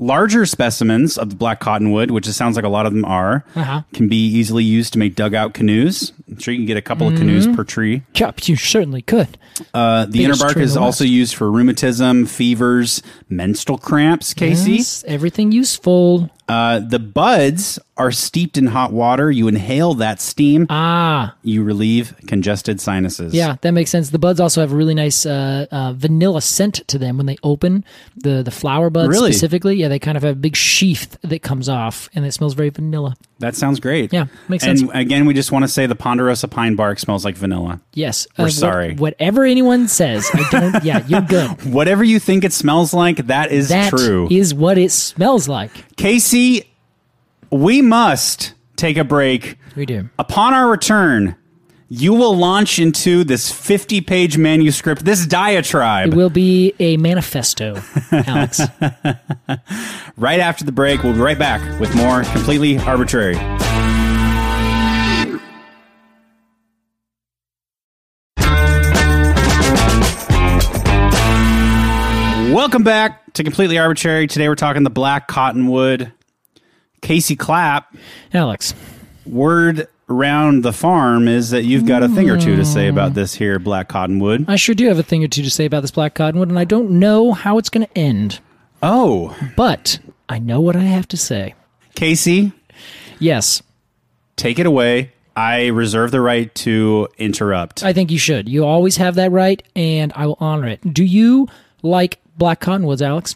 Speaker 1: Larger specimens of the black cottonwood, which it sounds like a lot of them are,
Speaker 2: Uh-huh.
Speaker 1: can be easily used to make dugout canoes. I'm sure you can get a couple of canoes per tree.
Speaker 2: Yep, you certainly could.
Speaker 1: Uh, the inner
Speaker 2: Mm-hmm. Biggest
Speaker 1: bark
Speaker 2: tree in
Speaker 1: is
Speaker 2: the
Speaker 1: also
Speaker 2: West.
Speaker 1: used for rheumatism, fevers, menstrual cramps. Casey,
Speaker 2: Yes, everything useful.
Speaker 1: uh, the buds are steeped in hot water. You inhale that steam.
Speaker 2: Ah,
Speaker 1: you relieve congested sinuses.
Speaker 2: yeah, that makes sense. The buds also have a really nice uh, uh, vanilla scent to them when they open the the flower buds
Speaker 1: Really?
Speaker 2: specifically. Yeah, they kind of have a big sheath that comes off, and it smells very vanilla.
Speaker 1: That sounds great.
Speaker 2: Yeah, makes
Speaker 1: and
Speaker 2: sense.
Speaker 1: again, we just want to say the ponderosa pine bark smells like vanilla.
Speaker 2: Yes,
Speaker 1: We're
Speaker 2: what-
Speaker 1: sorry.
Speaker 2: whatever anyone says, I don't. yeah, you're good.
Speaker 1: Whatever you think it smells like, that is
Speaker 2: That is
Speaker 1: true.
Speaker 2: what it smells like.
Speaker 1: Casey, we must take a break.
Speaker 2: We do.
Speaker 1: Upon our return, you will launch into this 50 page manuscript, this diatribe.
Speaker 2: It will be a manifesto, Alex.
Speaker 1: right after the break, we'll be right back with more completely arbitrary. Welcome back to Completely Arbitrary. Today we're talking the black cottonwood. Casey Clapp,
Speaker 2: Alex,
Speaker 1: word around the farm is that you've got a thing or two to say
Speaker 2: Hmm.
Speaker 1: about this here black cottonwood.
Speaker 2: I sure do have a thing or two to say about this black cottonwood, and I don't know how it's going to end,
Speaker 1: Oh,
Speaker 2: but I know what I have to say.
Speaker 1: Casey,
Speaker 2: Yes,
Speaker 1: take it away. I reserve the right to interrupt.
Speaker 2: I think you should. You always have that right, and I will honor it. Do you like black cottonwoods, Alex?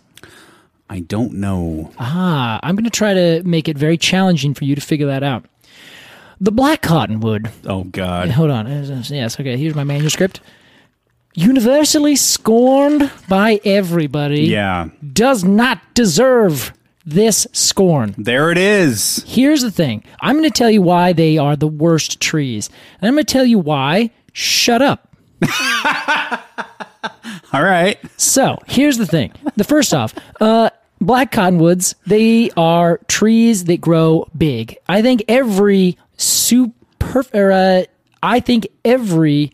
Speaker 1: I don't know.
Speaker 2: Ah, I'm going to try to make it very challenging for you to figure that out. The black cottonwood
Speaker 1: Oh God.
Speaker 2: Hold on. Yes, okay, here's my manuscript. Universally scorned by everybody
Speaker 1: Yeah.
Speaker 2: does not deserve this scorn.
Speaker 1: There it is.
Speaker 2: Here's the thing I'm going to tell you why they are the worst trees. And I'm going to tell you why. Shut up.
Speaker 1: All right.
Speaker 2: So here's the thing. The first off, uh, black cottonwoods, they are trees that grow big. I think every super. Or, uh, I think every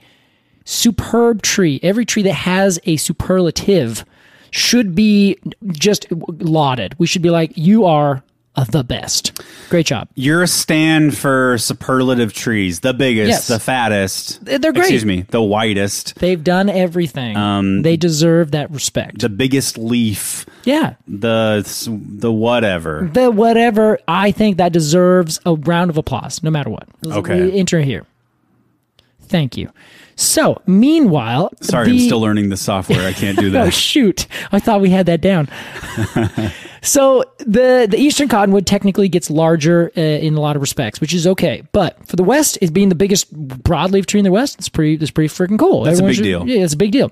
Speaker 2: superb tree, every tree that has a superlative, should be just lauded. We should be like, you are uh, the best. Great job.
Speaker 1: You're a stand for superlative trees, the biggest,
Speaker 2: Yes.
Speaker 1: the fattest.
Speaker 2: They're great.
Speaker 1: Excuse me, the widest,
Speaker 2: They've done everything. they deserve that respect.
Speaker 1: the biggest leaf,
Speaker 2: yeah.
Speaker 1: the the whatever.
Speaker 2: The whatever, I think that deserves a round of applause, no matter what. Let's-
Speaker 1: Okay.
Speaker 2: we Enter here. Thank you. So, meanwhile,
Speaker 1: Sorry, I'm
Speaker 2: the-
Speaker 1: still learning the software. I can't do
Speaker 2: Oh
Speaker 1: that.
Speaker 2: shoot! I thought we had that down. so the the eastern cottonwood technically gets larger uh, in a lot of respects, which is okay. But for the West, it being the biggest broadleaf tree in the West, it's pretty it's pretty freaking cool. That's
Speaker 1: a big deal.
Speaker 2: Yeah, it's a big deal.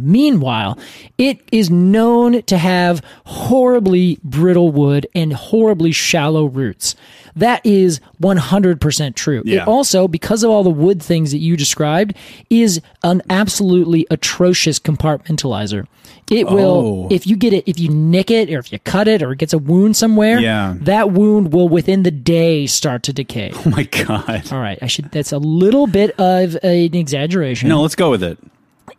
Speaker 2: Meanwhile, it is known to have horribly brittle wood and horribly shallow roots. That is 100% true.
Speaker 1: Yeah.
Speaker 2: It also, because of all the wood things that you described, is an absolutely atrocious compartmentalizer. It
Speaker 1: Oh.
Speaker 2: will, if you get it, if you nick it or if you cut it or it gets a wound somewhere,
Speaker 1: Yeah.
Speaker 2: that wound will within the day start to decay.
Speaker 1: Oh my god.
Speaker 2: all right, I should, that's a little bit of an exaggeration
Speaker 1: No, let's go with it.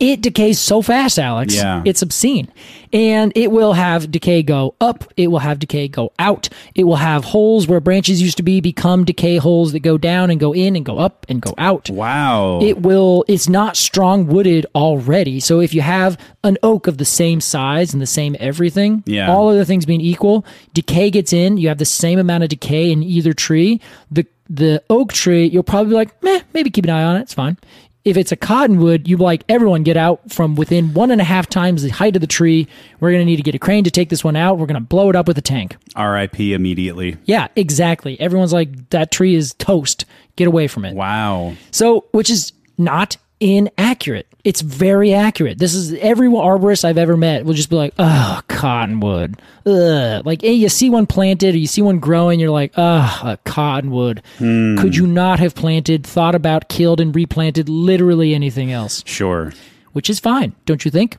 Speaker 2: it decays so fast, Alex.
Speaker 1: Yeah.
Speaker 2: It's obscene. And it will have decay go up. It will have decay go out. It will have holes where branches used to be become decay holes that go down and go in and go up and go out.
Speaker 1: Wow.
Speaker 2: It will, it's not strong wooded already. So if you have an oak of the same size and the same everything,
Speaker 1: Yeah.
Speaker 2: all other things being equal, decay gets in. You have the same amount of decay in either tree. The the oak tree, you'll probably be like, meh, maybe keep an eye on it. It's fine. If it's a cottonwood, you be like, everyone get out from within one and a half times the height of the tree. We're going to need to get a crane to take this one out. We're going to blow it up with a tank.
Speaker 1: R.I.P. immediately.
Speaker 2: Yeah, exactly. Everyone's like, that tree is toast. Get away from it.
Speaker 1: Wow.
Speaker 2: So, which is not inaccurate. It's very accurate. This is every arborist I've ever met will just be like, "Oh, cottonwood." Ugh. Like eh, you see one planted or you see one growing, you're like, "Oh, a cottonwood."
Speaker 1: Hmm.
Speaker 2: Could you not have planted, thought about, killed and replanted literally anything else?
Speaker 1: Sure.
Speaker 2: Which is fine, don't you think?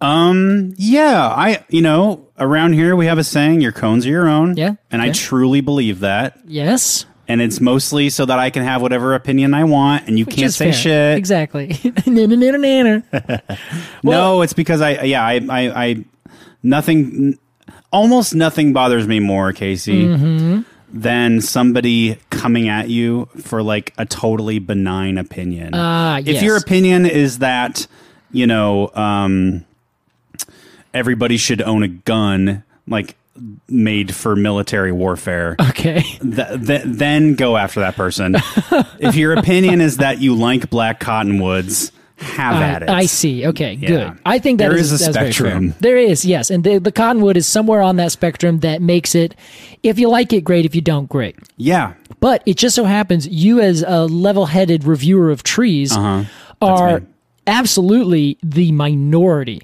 Speaker 1: Yeah, I you know, around here we have a saying, your cones are your own.
Speaker 2: Yeah,
Speaker 1: And I
Speaker 2: yeah.
Speaker 1: truly believe that.
Speaker 2: Yes.
Speaker 1: And it's mostly so that I can have whatever opinion I want and you
Speaker 2: Which
Speaker 1: can't
Speaker 2: is
Speaker 1: say
Speaker 2: fair.
Speaker 1: shit.
Speaker 2: Exactly. Na-na-na-na-na.
Speaker 1: no, it's because I yeah, I I, I nothing almost nothing bothers me more, Casey.
Speaker 2: Mm-hmm.
Speaker 1: Than somebody coming at you for like a totally benign opinion.
Speaker 2: Ah,
Speaker 1: if
Speaker 2: yes.
Speaker 1: your opinion is that, you know, um, everybody should own a gun, like made for military warfare,
Speaker 2: okay.
Speaker 1: th- th- then go after that person. if your opinion is that you like black cottonwoods, have at it.
Speaker 2: Uh, I see. Okay, good. I think that
Speaker 1: There
Speaker 2: is
Speaker 1: is a
Speaker 2: that's very fair.
Speaker 1: spectrum.
Speaker 2: There is, yes, and the, the cottonwood is somewhere on that spectrum that makes it. If you like it, great. If you don't, great.
Speaker 1: Yeah.
Speaker 2: But it just so happens you, as a level-headed reviewer of trees, are
Speaker 1: Uh-huh. me.
Speaker 2: absolutely the minority.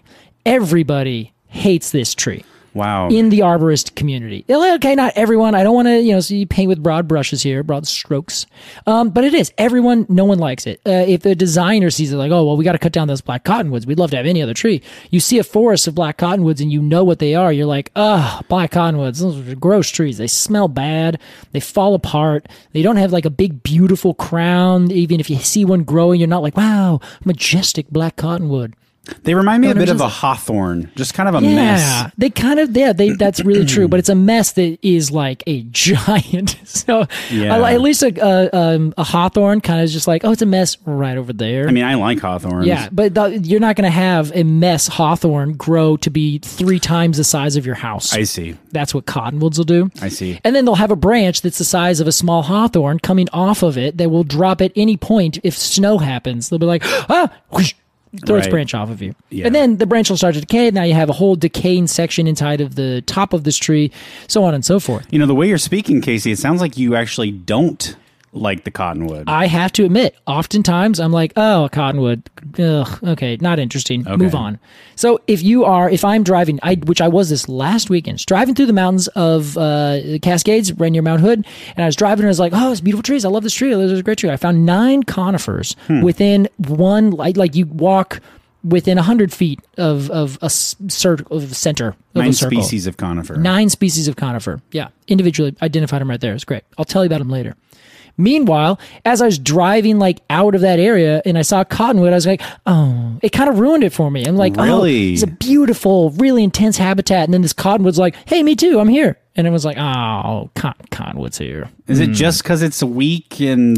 Speaker 2: Everybody hates this tree
Speaker 1: Wow.
Speaker 2: in the arborist community. Okay, not everyone. I don't want to, you know, see paint with broad brushes here, broad strokes. Um, but it is everyone. No one likes it. Uh, if the designer sees it, like, oh well, we got to cut down those black cottonwoods. We'd love to have any other tree. You see a forest of black cottonwoods, and you know what they are. You're like, ah, black cottonwoods. Those are gross trees. They smell bad. They fall apart. They don't have like a big beautiful crown. Even if you see one growing, you're not like, wow, majestic black cottonwood.
Speaker 1: they remind me a
Speaker 2: I'm
Speaker 1: bit of
Speaker 2: just-
Speaker 1: a hawthorn, just kind of a
Speaker 2: Yeah,
Speaker 1: mess.
Speaker 2: they kind of yeah. They that's really true, but it's a mess that is like a giant. So
Speaker 1: Yeah.
Speaker 2: I li- at least a a, um, a hawthorn kind of is just like oh, it's a mess right over there.
Speaker 1: I mean, I like hawthorns.
Speaker 2: yeah, but th- you're not going to have a mess hawthorn grow to be three times the size of your house.
Speaker 1: I see.
Speaker 2: that's what cottonwoods will do.
Speaker 1: I see.
Speaker 2: And then they'll have a branch that's the size of a small hawthorn coming off of it that will drop at any point if snow happens. They'll be like, ah, whoosh, throw its
Speaker 1: Right.
Speaker 2: branch off of you.
Speaker 1: Yeah.
Speaker 2: And then the branch will start to decay. Now you have a whole decaying section inside of the top of this tree, so on and so forth.
Speaker 1: You know, the way you're speaking, Casey, it sounds like you actually don't like the cottonwood.
Speaker 2: I have to admit, oftentimes I'm like, oh, a cottonwood. Ugh, okay, not interesting. Move on. So if you are, if I'm driving, I which I was this last weekend, driving through the mountains of uh, the Cascades, right near Mount Hood, and I was driving and I was like, oh, it's beautiful trees. I love
Speaker 1: Hmm.
Speaker 2: this tree. This is a great tree. I found nine conifers within one, like, like you walk within 100 feet of, of a s- cir- of a center of
Speaker 1: Nine
Speaker 2: a circle.
Speaker 1: species of conifer.
Speaker 2: Nine species of conifer. Yeah, individually identified them right there. It's great. I'll tell you about them later. Meanwhile, as I was driving like out of that area and I saw cottonwood, I was like, oh, it kind of ruined it for me. I'm like,
Speaker 1: Really?
Speaker 2: oh, it's a beautiful, really intense habitat. And then this cottonwood's like, hey, me too, I'm here. And everyone's like, oh, con- cottonwood's here.
Speaker 1: Is it just because it's weak and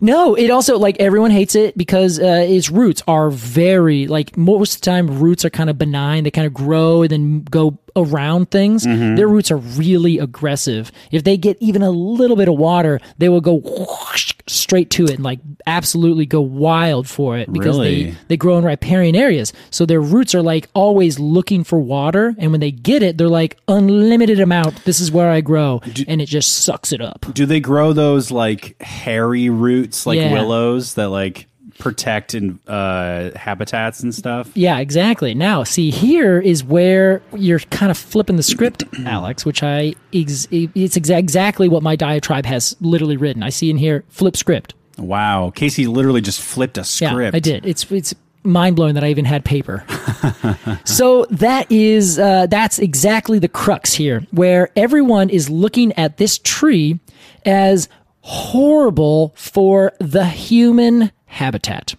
Speaker 2: No, it also like everyone hates it because uh, its roots are very like most of the time roots are kind of benign. They kind of grow and then go around things. Their roots are really aggressive. If they get even a little bit of water, they will go whoosh straight to it and like absolutely go wild for it because
Speaker 1: Really?
Speaker 2: they they grow in riparian areas. So their roots are like always looking for water, and when they get it, they're like unlimited amount. This is where I grow, and it just sucks it up.
Speaker 1: do they grow those like hairy roots like
Speaker 2: Yeah.
Speaker 1: willows that like protect and uh, habitats and stuff?
Speaker 2: Yeah, exactly. Now, see, here is where you're kind of flipping the script, Alex, which I ex- it's exa- exactly what my diatribe has literally written. I see in here flip script.
Speaker 1: Wow, Casey literally just flipped a
Speaker 2: Yeah,
Speaker 1: script.
Speaker 2: I did. It's it's mind blowing that I even had paper. so that is uh, that's exactly the crux here, where everyone is looking at this tree as horrible for the human habitat.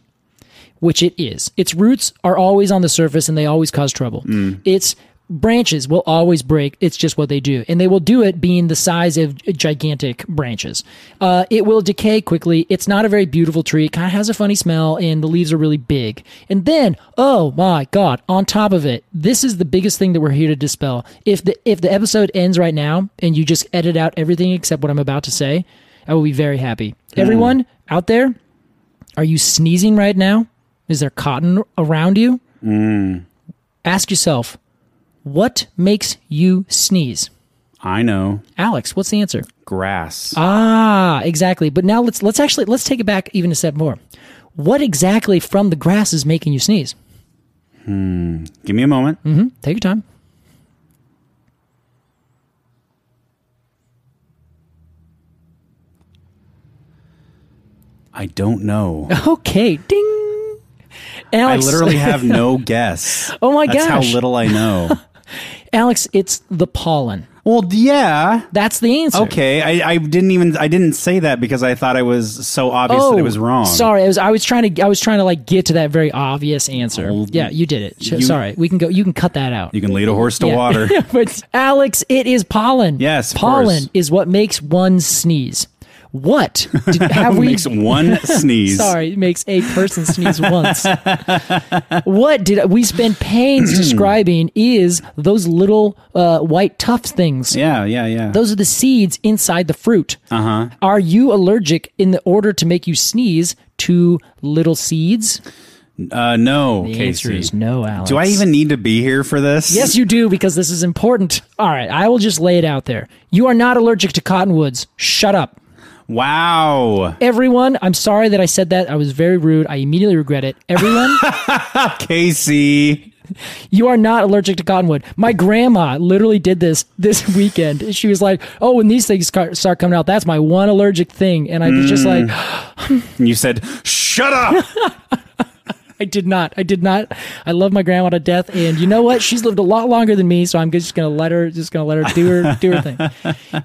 Speaker 2: Which it is. Its roots are always on the surface and they always cause trouble. Its branches will always break. It's just what they do. And they will do it being the size of gigantic branches. Uh, it will decay quickly. It's not a very beautiful tree. It kind of has a funny smell, and the leaves are really big. And then, oh my God, on top of it, this is the biggest thing that we're here to dispel. If the, if the episode ends right now and you just edit out everything except what I'm about to say, I will be very happy. Everyone out there, are you sneezing right now? Is there cotton around you? Ask yourself, what makes you sneeze?
Speaker 1: I know
Speaker 2: Alex, what's the answer?
Speaker 1: grass.
Speaker 2: Ah, exactly. But now let's let's actually let's take it back even a step more. What exactly from the grass is making you sneeze?
Speaker 1: Give me a moment.
Speaker 2: Take your time.
Speaker 1: I don't know.
Speaker 2: Oh, Okay, ding.
Speaker 1: I
Speaker 2: Alex,
Speaker 1: literally have no guess.
Speaker 2: Oh my
Speaker 1: That's
Speaker 2: gosh.
Speaker 1: how little I know.
Speaker 2: Alex, it's the pollen.
Speaker 1: well, yeah.
Speaker 2: That's the answer.
Speaker 1: Okay, I, I didn't even I didn't say that because I thought I was so obvious that it was wrong.
Speaker 2: Oh, Sorry, I was I was trying to I was trying to like get to that very obvious answer.
Speaker 1: Oh,
Speaker 2: yeah, you did it. Sh-
Speaker 1: you-
Speaker 2: sorry, we can go. You can cut that out.
Speaker 1: You can lead a horse to
Speaker 2: Yeah.
Speaker 1: water.
Speaker 2: but Alex, it is pollen.
Speaker 1: Yes, of
Speaker 2: pollen
Speaker 1: course.
Speaker 2: is what makes one sneeze. What did, have we?
Speaker 1: Makes one sneeze.
Speaker 2: Sorry, makes a person sneeze once. what did we spend pains describing? Is those little uh, white tough things?
Speaker 1: Yeah, yeah, yeah.
Speaker 2: Those are the seeds inside the fruit.
Speaker 1: Uh-huh.
Speaker 2: Uh huh. Are you allergic in the order to make you sneeze to little seeds?
Speaker 1: uh, no,
Speaker 2: The answer
Speaker 1: Casey.
Speaker 2: is no, Alex.
Speaker 1: Do I even need to be here for this?
Speaker 2: Yes, you do, because this is important. All right, I will just lay it out there. You are not allergic to cottonwoods. Shut up.
Speaker 1: Wow,
Speaker 2: Everyone, I'm sorry that I said that. I was very rude. I immediately regret it. Everyone,
Speaker 1: Casey.
Speaker 2: you are not allergic to cottonwood. My grandma literally did this this weekend. She was like, oh, when these things ca- start coming out, that's my one allergic thing. And I was just like,
Speaker 1: And you said, "Shut up."
Speaker 2: I did not. I did not. I love my grandma to death, and you know what? She's lived a lot longer than me, so I'm just gonna let her. Just gonna let her do her do her thing.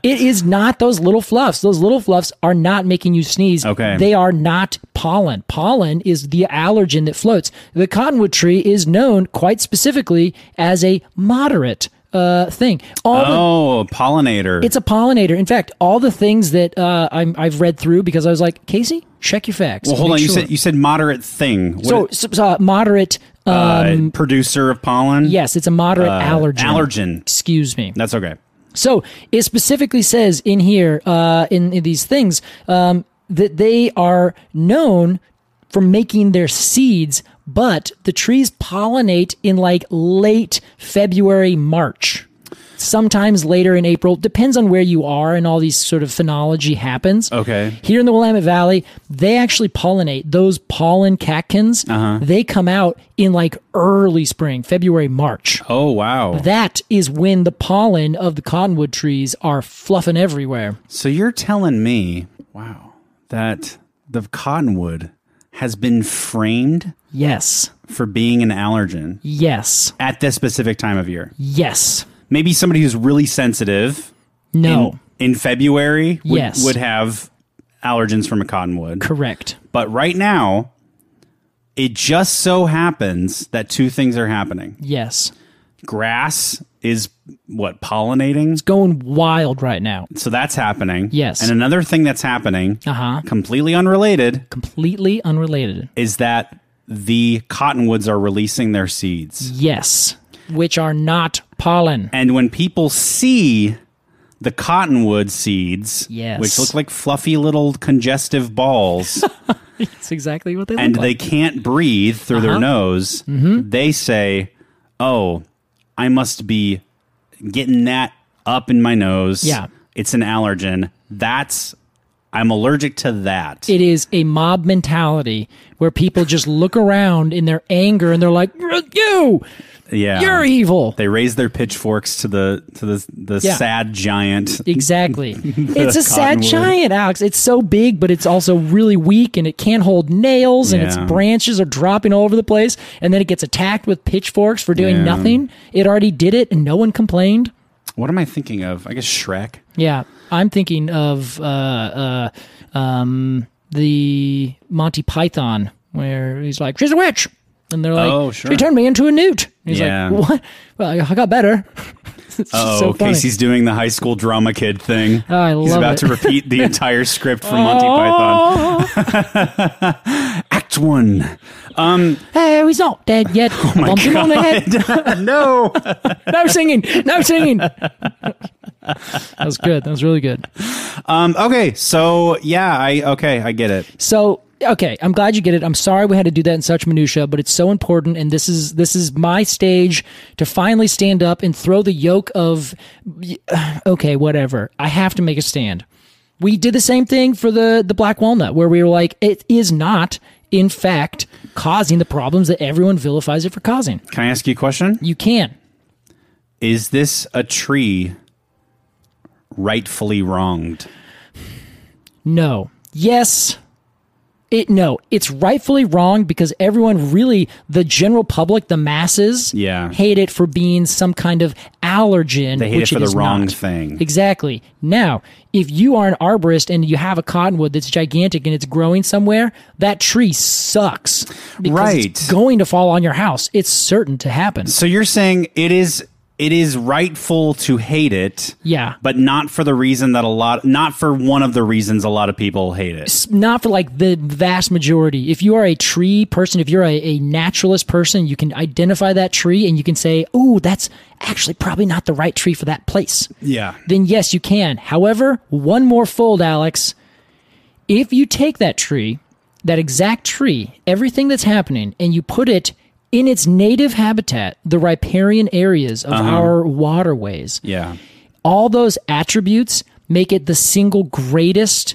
Speaker 2: It is not those little fluffs. Those little fluffs are not making you sneeze.
Speaker 1: Okay.
Speaker 2: they are not pollen. Pollen is the allergen that floats. The cottonwood tree is known quite specifically as a moderate uh, thing. All the
Speaker 1: oh, pollinator.
Speaker 2: it's a pollinator. In fact, all the things that uh, I'm, I've read through because I was like, Casey, check your facts.
Speaker 1: well, hold
Speaker 2: Make
Speaker 1: on. You
Speaker 2: sure.
Speaker 1: said you said moderate thing. What
Speaker 2: so,
Speaker 1: is-
Speaker 2: so, so, uh, moderate. Uh,
Speaker 1: uh, producer of pollen. Uh,
Speaker 2: Yes, it's a moderate allergen.
Speaker 1: allergen.
Speaker 2: Excuse me.
Speaker 1: That's okay.
Speaker 2: So it specifically says in here, uh, in, in these things, um, that they are known for making their seeds, but the trees pollinate in like late February, March. Sometimes later in April, depends on where you are and all these sort of phenology happens.
Speaker 1: Okay.
Speaker 2: Here in the Willamette Valley, they actually pollinate those pollen catkins.
Speaker 1: Uh-huh.
Speaker 2: They come out in like early spring, February, March.
Speaker 1: Oh wow.
Speaker 2: That is when the pollen of the cottonwood trees are fluffing everywhere.
Speaker 1: so you're telling me, wow, that the cottonwood has been framed
Speaker 2: Yes.
Speaker 1: for being an allergen
Speaker 2: Yes.
Speaker 1: at this specific time of year.
Speaker 2: Yes.
Speaker 1: Maybe somebody who's really sensitive
Speaker 2: No.
Speaker 1: in, in February would,
Speaker 2: Yes.
Speaker 1: would have allergens from a cottonwood.
Speaker 2: Correct.
Speaker 1: But right now, it just so happens that two things are happening.
Speaker 2: Yes.
Speaker 1: Grass is what pollinating,
Speaker 2: Going wild right now.
Speaker 1: so that's happening.
Speaker 2: Yes.
Speaker 1: And another thing that's happening,
Speaker 2: Uh huh.
Speaker 1: completely unrelated,
Speaker 2: Completely unrelated.
Speaker 1: is that the cottonwoods are releasing their seeds.
Speaker 2: Yes. Which are not pollen.
Speaker 1: And when people see the cottonwood seeds,
Speaker 2: Yes.
Speaker 1: which look like fluffy little congestive balls,
Speaker 2: That's exactly what they
Speaker 1: and
Speaker 2: look
Speaker 1: they
Speaker 2: like.
Speaker 1: can't breathe through
Speaker 2: Uh-huh.
Speaker 1: their nose,
Speaker 2: Mm-hmm.
Speaker 1: they say, "Oh, I must be getting that up in my nose.
Speaker 2: Yeah.
Speaker 1: it's an allergen. That's I'm allergic to that.
Speaker 2: It is a mob mentality where people just look around in their anger and they're like, "You,
Speaker 1: yeah,
Speaker 2: you're e- evil."
Speaker 1: Um, they raise their pitchforks to the to the the
Speaker 2: Yeah.
Speaker 1: sad giant.
Speaker 2: Exactly. it's a sad
Speaker 1: cottonwood.
Speaker 2: giant, Alex. It's so big, but it's also really weak and it can't hold nails and its
Speaker 1: Yeah.
Speaker 2: branches are dropping all over the place. And then it gets attacked with pitchforks for doing
Speaker 1: Yeah.
Speaker 2: nothing. It already did it and no one complained.
Speaker 1: What am I thinking of? I guess Shrek.
Speaker 2: Yeah. I'm thinking of uh, uh, um, the Monty Python where he's like, she's a witch. And they're like,
Speaker 1: Oh, sure.
Speaker 2: she turned me into a newt. And he's
Speaker 1: Yeah.
Speaker 2: like, what? Well, I got better. It's just
Speaker 1: Oh,
Speaker 2: so funny. Oh,
Speaker 1: Casey's doing the high school drama kid thing.
Speaker 2: I
Speaker 1: He's
Speaker 2: love
Speaker 1: about
Speaker 2: it.
Speaker 1: to repeat the entire script from Monty Python. Act one.
Speaker 2: Hey, he's not dead yet. Bump him on the head.
Speaker 1: no.
Speaker 2: no singing, no singing. that was good. That was really good.
Speaker 1: Um, okay, so yeah, I okay, I get it.
Speaker 2: So, okay, I'm glad you get it. I'm sorry we had to do that in such minutia, but it's so important, and this is this is my stage to finally stand up and throw the yoke of, okay, whatever. I have to make a stand. We did the same thing for the the black walnut, where we were like, it is not, in fact, causing the problems that everyone vilifies it for causing.
Speaker 1: Can I ask you a question?
Speaker 2: You can.
Speaker 1: Is this a tree rightfully wronged?
Speaker 2: No. Yes. It no. It's rightfully wrong because everyone really the general public, the masses,
Speaker 1: Yeah.
Speaker 2: hate it for being some kind of allergen.
Speaker 1: They hate
Speaker 2: which
Speaker 1: it for the
Speaker 2: is
Speaker 1: wrong
Speaker 2: not.
Speaker 1: thing.
Speaker 2: Exactly. Now, if you are an arborist and you have a cottonwood that's gigantic and it's growing somewhere, that tree sucks. Because
Speaker 1: Right.
Speaker 2: It's going to fall on your house. It's certain to happen.
Speaker 1: So you're saying it is it is rightful to hate it,
Speaker 2: Yeah.
Speaker 1: but not for the reason that a lot not for one of the reasons a lot of people hate it.
Speaker 2: not for like the vast majority. If you are a tree person, if you're a, a naturalist person, you can identify that tree and you can say, oh, that's actually probably not the right tree for that place.
Speaker 1: Yeah.
Speaker 2: Then, yes, you can. However, one more fold, Alex. If you take that tree, that exact tree, everything that's happening, and you put it in its native habitat, the riparian areas of our waterways,
Speaker 1: Yeah.
Speaker 2: all those attributes make it the single greatest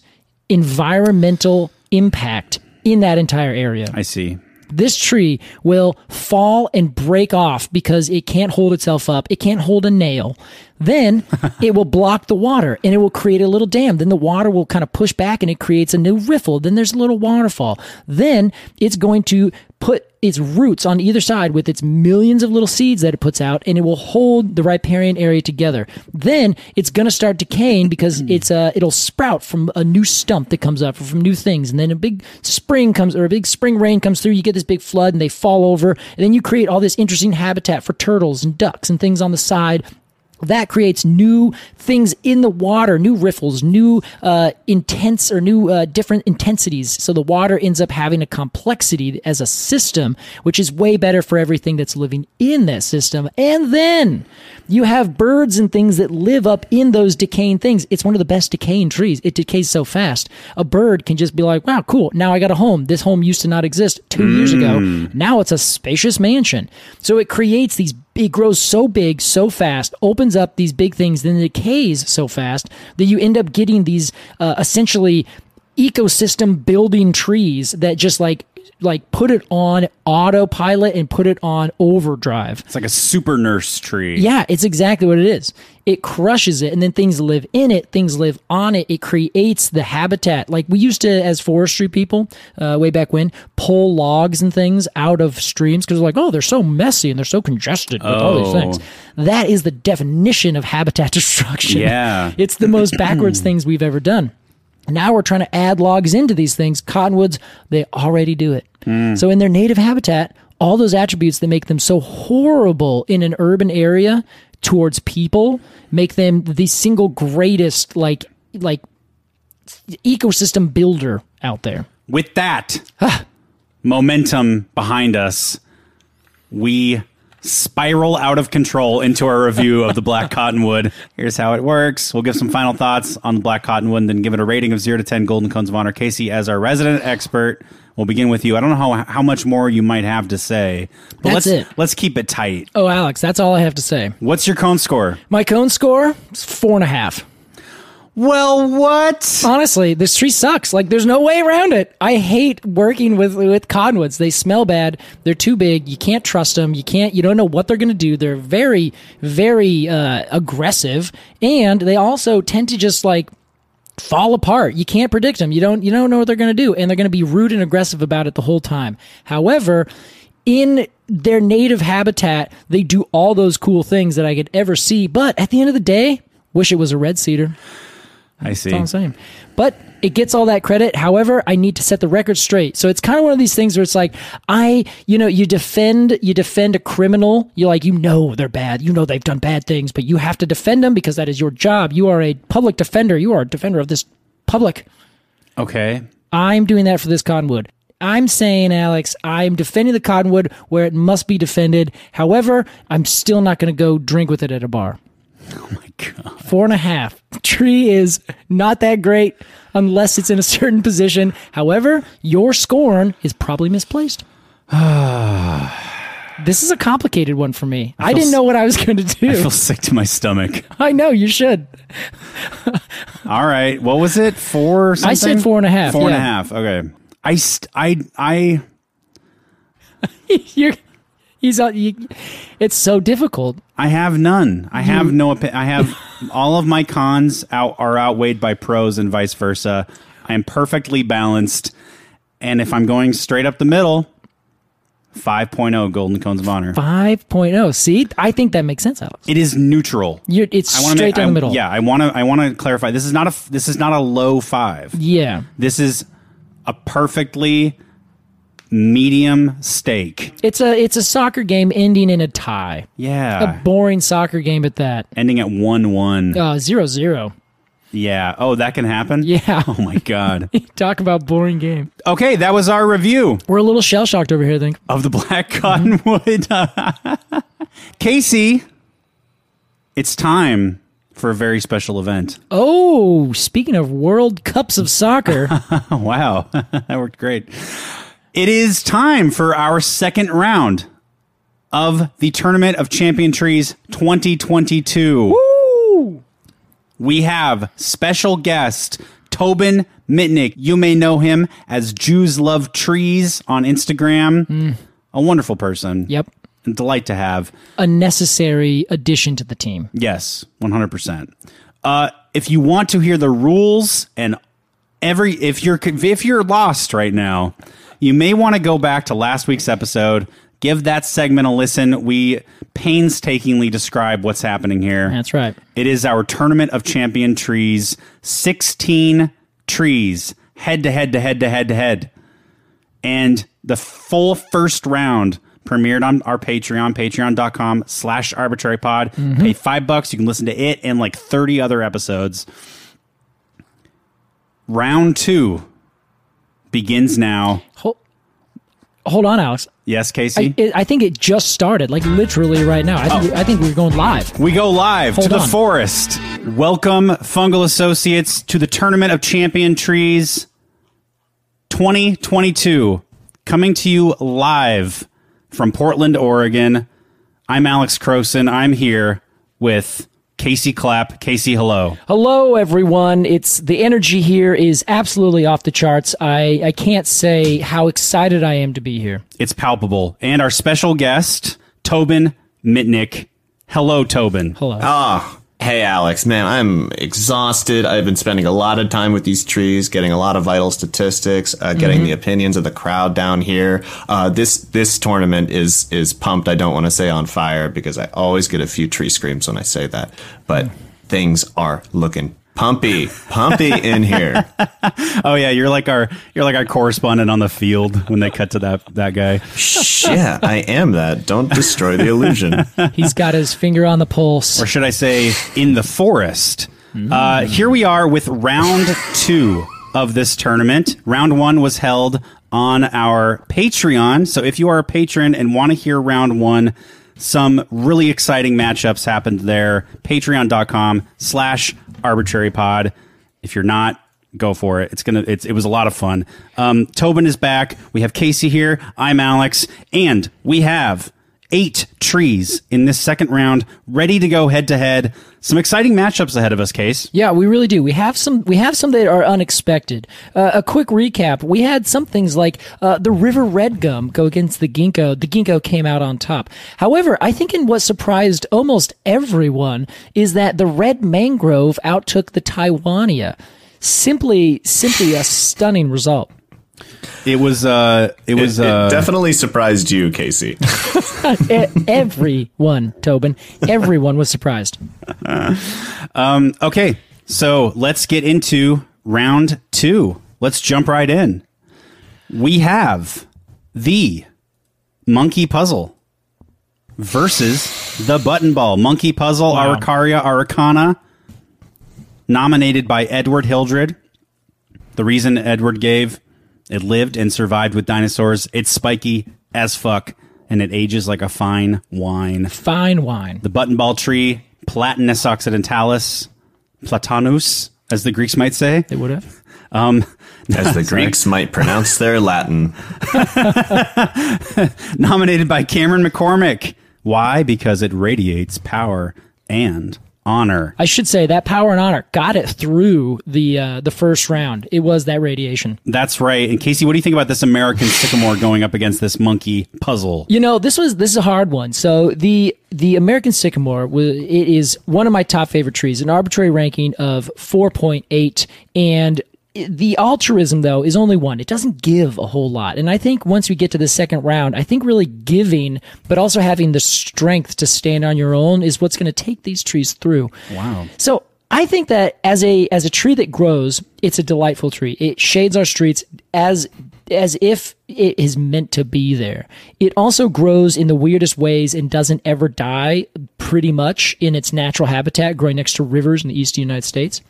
Speaker 2: environmental impact in that entire area.
Speaker 1: I see.
Speaker 2: This tree will fall and break off because it can't hold itself up. It can't hold a nail. Then it will block the water and it will create a little dam. Then the water will kind of push back and it creates a new riffle. Then there's a little waterfall. Then it's going to put its roots on either side with its millions of little seeds that it puts out and it will hold the riparian area together. Then it's going to start decaying because it's uh it'll sprout from a new stump that comes up or from new things and then a big spring comes or a big spring rain comes through you get this big flood and they fall over and then you create all this interesting habitat for turtles and ducks and things on the side that creates new things in the water, new riffles, new uh, intense or new uh, different intensities. So the water ends up having a complexity as a system, which is way better for everything that's living in that system. And then you have birds and things that live up in those decaying things. It's one of the best decaying trees. It decays so fast. A bird can just be like, wow, cool. Now I got a home. This home used to not exist two years ago. Now it's a spacious mansion. So it creates these it grows so big so fast opens up these big things then it decays so fast that you end up getting these uh, essentially ecosystem building trees that just like like put it on autopilot and put it on overdrive.
Speaker 1: It's like a super nurse tree.
Speaker 2: Yeah, it's exactly what it is. It crushes it, and then things live in it. Things live on it. It creates the habitat. Like we used to, as forestry people, uh, way back when, pull logs and things out of streams because like, oh, they're so messy and they're so congested with all these
Speaker 1: Oh.
Speaker 2: things. That is the definition of habitat destruction.
Speaker 1: Yeah.
Speaker 2: it's the most backwards things we've ever done. Now we're trying to add logs into these things. Cottonwoods, they already do it. So in their native habitat, all those attributes that make them so horrible in an urban area towards people make them the single greatest like like ecosystem builder out there.
Speaker 1: With that momentum behind us, we spiral out of control into our review of the Black Cottonwood. Here's how it works. We'll give some final thoughts on the Black Cottonwood and then give it a rating of 0 to 10 Golden Cones of Honor. Casey, as our resident expert, we'll begin with you. I don't know how, how much more you might have to say, but
Speaker 2: That's
Speaker 1: let's,
Speaker 2: it.
Speaker 1: let's keep it tight.
Speaker 2: Oh, Alex, that's all I have to say.
Speaker 1: What's your cone score?
Speaker 2: My cone score is four and a half.
Speaker 1: Well, what?
Speaker 2: Honestly, this tree sucks. Like, there's no way around it. I hate working with with cottonwoods. They smell bad. They're too big. You can't trust them. You can't. You don't know what they're going to do. They're very, very uh, aggressive, and they also tend to just like fall apart. You can't predict them. You don't you don't know what they're going to do and they're going to be rude and aggressive about it the whole time. However, in their native habitat, they do all those cool things that I could ever see, but at the end of the day, wish it was a red cedar.
Speaker 1: I see.
Speaker 2: That's all I'm saying. But it gets all that credit. However, I need to set the record straight. So it's kind of one of these things where it's like I, you know, you defend you defend a criminal. You like you know they're bad. You know they've done bad things, but you have to defend them because that is your job. You are a public defender. You are a defender of this public.
Speaker 1: Okay.
Speaker 2: I'm doing that for this cottonwood. I'm saying, Alex, I'm defending the cottonwood where it must be defended. However, I'm still not going to go drink with it at a bar
Speaker 1: Oh My God.
Speaker 2: four and a half. Tree is not that great unless it's in a certain position. However, your scorn is probably misplaced. this is a complicated one for me. I,
Speaker 1: feel
Speaker 2: didn't
Speaker 1: s-
Speaker 2: know what I was going to do. I,
Speaker 1: I feel sick to my stomach.
Speaker 2: know you should.
Speaker 1: All right. What was it? Four? Something?
Speaker 2: I said four and a half,
Speaker 1: Four and a
Speaker 2: yeah.
Speaker 1: half. Okay. I st- I I
Speaker 2: You're, he's on. You, it's so difficult.
Speaker 1: I have none. I have no. Opi- I have all of my cons out are outweighed by pros and vice versa. I am perfectly balanced, and if I'm going straight up the middle, 5.0 Golden Cones of Honor.
Speaker 2: 5.0. oh. See, I think that makes sense, Alex.
Speaker 1: It is neutral.
Speaker 2: You're, it's
Speaker 1: I wanna
Speaker 2: straight
Speaker 1: make-
Speaker 2: down
Speaker 1: I-
Speaker 2: the middle.
Speaker 1: Yeah, I want to. I want to clarify. This is not a. f- This is not a low five.
Speaker 2: Yeah.
Speaker 1: This is a perfectly medium stake.
Speaker 2: It's a it's a soccer game ending in a tie.
Speaker 1: Yeah.
Speaker 2: A boring soccer game at that.
Speaker 1: Ending at 1 1.
Speaker 2: Uh, zero zero.
Speaker 1: Yeah. Oh, that can happen?
Speaker 2: Yeah.
Speaker 1: Oh, my God.
Speaker 2: Talk about boring game.
Speaker 1: okay, that was our review
Speaker 2: We're a little shell shocked over here. I think
Speaker 1: of the Black Cottonwood. Casey, it's time for a very special event.
Speaker 2: Oh, speaking of World Cups of soccer,
Speaker 1: Oh, wow. that worked great. It is time for our second round of the Tournament of Champion Trees 2022. We have special guest Tobin Mitnick. You may know him as Jews Love Trees on Instagram. A wonderful person.
Speaker 2: yep,
Speaker 1: And delight to have.
Speaker 2: a necessary addition to the team.
Speaker 1: Yes, 100%. Uh, if you want to hear the rules and every if you're if you're lost right now, you may want to go back to last week's episode. Give that segment a listen. We painstakingly describe what's happening here.
Speaker 2: That's right.
Speaker 1: It is our tournament of champion trees. 16 trees, head to head to head to head to head. And the full first round premiered on our Patreon, patreon.com slash arbitrary pod. Pay five bucks. You can listen to it and like 30 other episodes. Round two begins now.
Speaker 2: Hold, hold on, Alex.
Speaker 1: Yes, Casey?
Speaker 2: I, it, I think it just started, like literally right now.
Speaker 1: Oh.
Speaker 2: I think, I think we're going live.
Speaker 1: We go live to
Speaker 2: Hold
Speaker 1: the
Speaker 2: on.
Speaker 1: forest. Welcome, Fungal Associates, to the Tournament of Champion Trees 2022. Coming to you live from Portland, Oregon. I'm Alex Croson. I'm here with Casey Clapp. Casey, hello.
Speaker 2: Hello, everyone. It's the energy here is absolutely off the charts. I, I can't say how excited I am to be here.
Speaker 1: It's palpable. And our special guest, Tobin Mitnick. Hello, Tobin.
Speaker 2: Hello.
Speaker 3: Ah, hey, Alex, man, I'm exhausted. I've been spending a lot of time with these trees, getting a lot of vital statistics, uh, getting the opinions of the crowd down here. Uh, this this tournament is is pumped. I don't want to say on fire because I always get a few tree screams when I say that, but things are looking pumpy, pumpy in here.
Speaker 1: Oh yeah, you're like our you're like our correspondent on the field when they cut to that that guy.
Speaker 3: yeah, I am that. Don't destroy the illusion.
Speaker 2: He's got his finger on the pulse.
Speaker 1: or should I say, in the forest. Uh, here we are with round two of this tournament. Round one was held on our Patreon. So if you are a patron and want to hear round one, some really exciting matchups happened there. Patreon.com slash arbitrary pod. If you're not, go for it. It's gonna. It's, it was a lot of fun. Um, Tobin is back. We have Casey here. I'm Alex, and we have eight trees in this second round, ready to go head to head. Some exciting matchups ahead of us, Case.
Speaker 2: Yeah, we really do. We have some. We have some that are unexpected. Uh, a quick recap: we had some things like uh, the River Red Gum go against the Ginkgo. The Ginkgo came out on top. However, I think in what surprised almost everyone is that the Red Mangrove outtook the Taiwania. Simply, simply a stunning result.
Speaker 1: It was. Uh, it was.
Speaker 3: It
Speaker 1: uh,
Speaker 3: definitely surprised you, Casey.
Speaker 2: E- everyone, Tobin, everyone was surprised.
Speaker 1: okay, so let's get into round two. Let's jump right in. We have the monkey puzzle versus the button ball. Monkey puzzle, Araucaria Araucana, nominated by Edward Hildred. The reason Edward gave it lived and survived with dinosaurs. It's spiky as fuck, and it ages like a fine wine
Speaker 2: Fine wine.
Speaker 1: the button ball tree, Platanus occidentalis, Platanus, as the Greeks might say.
Speaker 2: They would have.
Speaker 1: Um,
Speaker 3: As the Greeks might pronounce their Latin.
Speaker 1: nominated by Cameron McCormick. Why? Because it radiates power and honor.
Speaker 2: I should say that power and honor got it through the uh, the first round. It was that radiation.
Speaker 1: That's right. And Casey, what do you think about this American sycamore going up against this monkey puzzle?
Speaker 2: You know, this was this is a hard one. So the the American sycamore wa- it is one of my top favorite trees. An arbitrary ranking of four point eight, and i- the altruism though is only one. It doesn't give a whole lot, and I think once we get to the second round, I think really giving, but also having the strength to stand on your own is what's going to take these trees through.
Speaker 1: Wow.
Speaker 2: So I think that as a as a tree that grows, it's a delightful tree. It shades our streets as as if it is meant to be there. It also grows in the weirdest ways and doesn't ever die pretty much in its natural habitat, growing next to rivers in the east of the United States.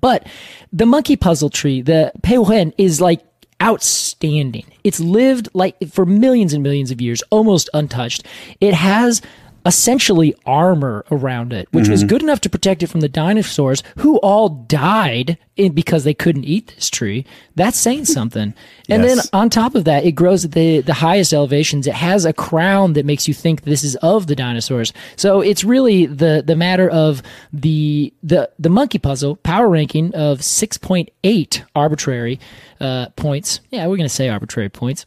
Speaker 2: But the monkey puzzle tree, the Peiwen, is like outstanding. It's lived like for millions and millions of years, almost untouched. It has essentially armor around it, which was good enough to protect it from the dinosaurs who all died in, because they couldn't eat this tree. That's saying something. And
Speaker 1: Yes.
Speaker 2: then on top of that, it grows at the, the highest elevations. It has a crown that makes you think this is of the dinosaurs. So it's really the the matter of the the the monkey puzzle power ranking of six point eight arbitrary uh, points. Yeah, we're gonna say arbitrary points.